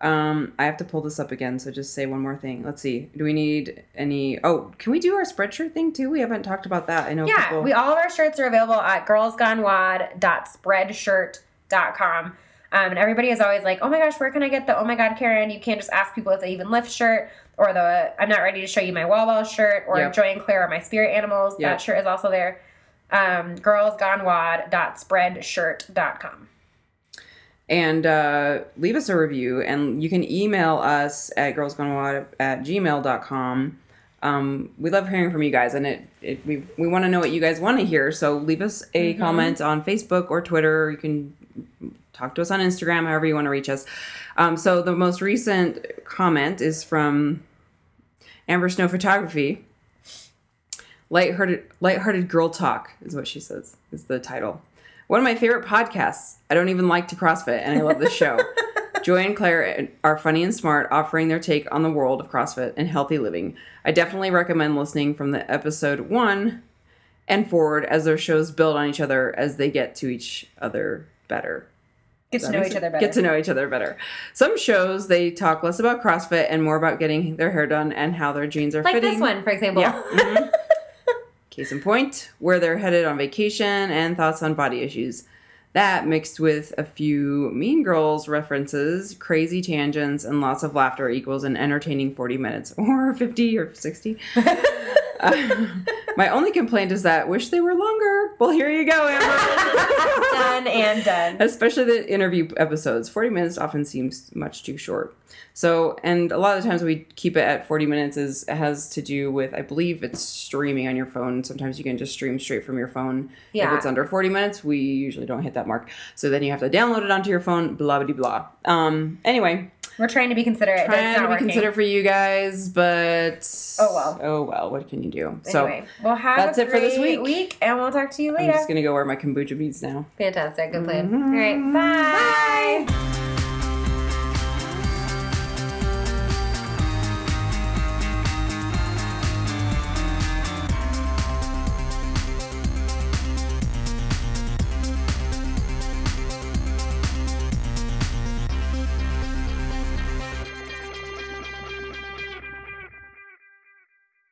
Um, I have to pull this up again, so just say one more thing. Let's see. Do we need any? Oh, can we do our spreadsheet thing too? We haven't talked about that. I know.
Yeah,
people...
we all of our shirts are available at girlsgonewad.spreadshirt.com. Um, and everybody is always like, "Oh my gosh, where can I get the Oh my God, Karen? You can't just ask people if they even lift shirt or the I'm not ready to show you my wall wall shirt or
Yep.
Joy and Claire are my spirit animals."
Yep.
That shirt is also there. Um, girlsgonewad.spreadshirt.com.
and uh, leave us a review and you can email us at girlsgonewad at gmail.com um, we love hearing from you guys and it, it we, we want to know what you guys want to hear so leave us a comment on facebook or twitter or you can talk to us on instagram however you want to reach us um, so the most recent comment is from amber snow photography Lighthearted, lighthearted Girl Talk is what she says, is the title. One of my favorite podcasts. I don't even like to CrossFit, and I love this show. Joy and Claire are funny and smart, offering their take on the world of CrossFit and healthy living. I definitely recommend listening from the episode one and forward as their shows build on each other as they get to each other better.
Get to know each other better.
Get to know each other better. Some shows they talk less about CrossFit and more about getting their hair done and how their jeans are
like
fitting.
this one, for example.
Yeah. Mhm. Case in point, where they're headed on vacation and thoughts on body issues. That mixed with a few Mean Girls references, crazy tangents, and lots of laughter equals an entertaining 40 minutes or 50 or 60. Uh, my only complaint is that wish they were longer. Well, here you go, Amber.
done and done.
Especially the interview episodes. 40 minutes often seems much too short. So, and a lot of the times we keep it at 40 minutes is has to do with I believe it's streaming on your phone. Sometimes you can just stream straight from your phone.
Yeah.
If it's under 40 minutes, we usually don't hit that mark. So then you have to download it onto your phone, blah blah blah. Um anyway,
We're trying to be considerate. That's
trying
not
to be
working.
considered for you guys, but
Oh, well.
Oh well, what can you do?
Anyway, well, have
that's
a
it for this
great
week.
week, and we'll talk to you
So I'm
later.
just gonna go wear my kombucha beads now.
Fantastic. Good plan.
Mhm.
All right. Bye.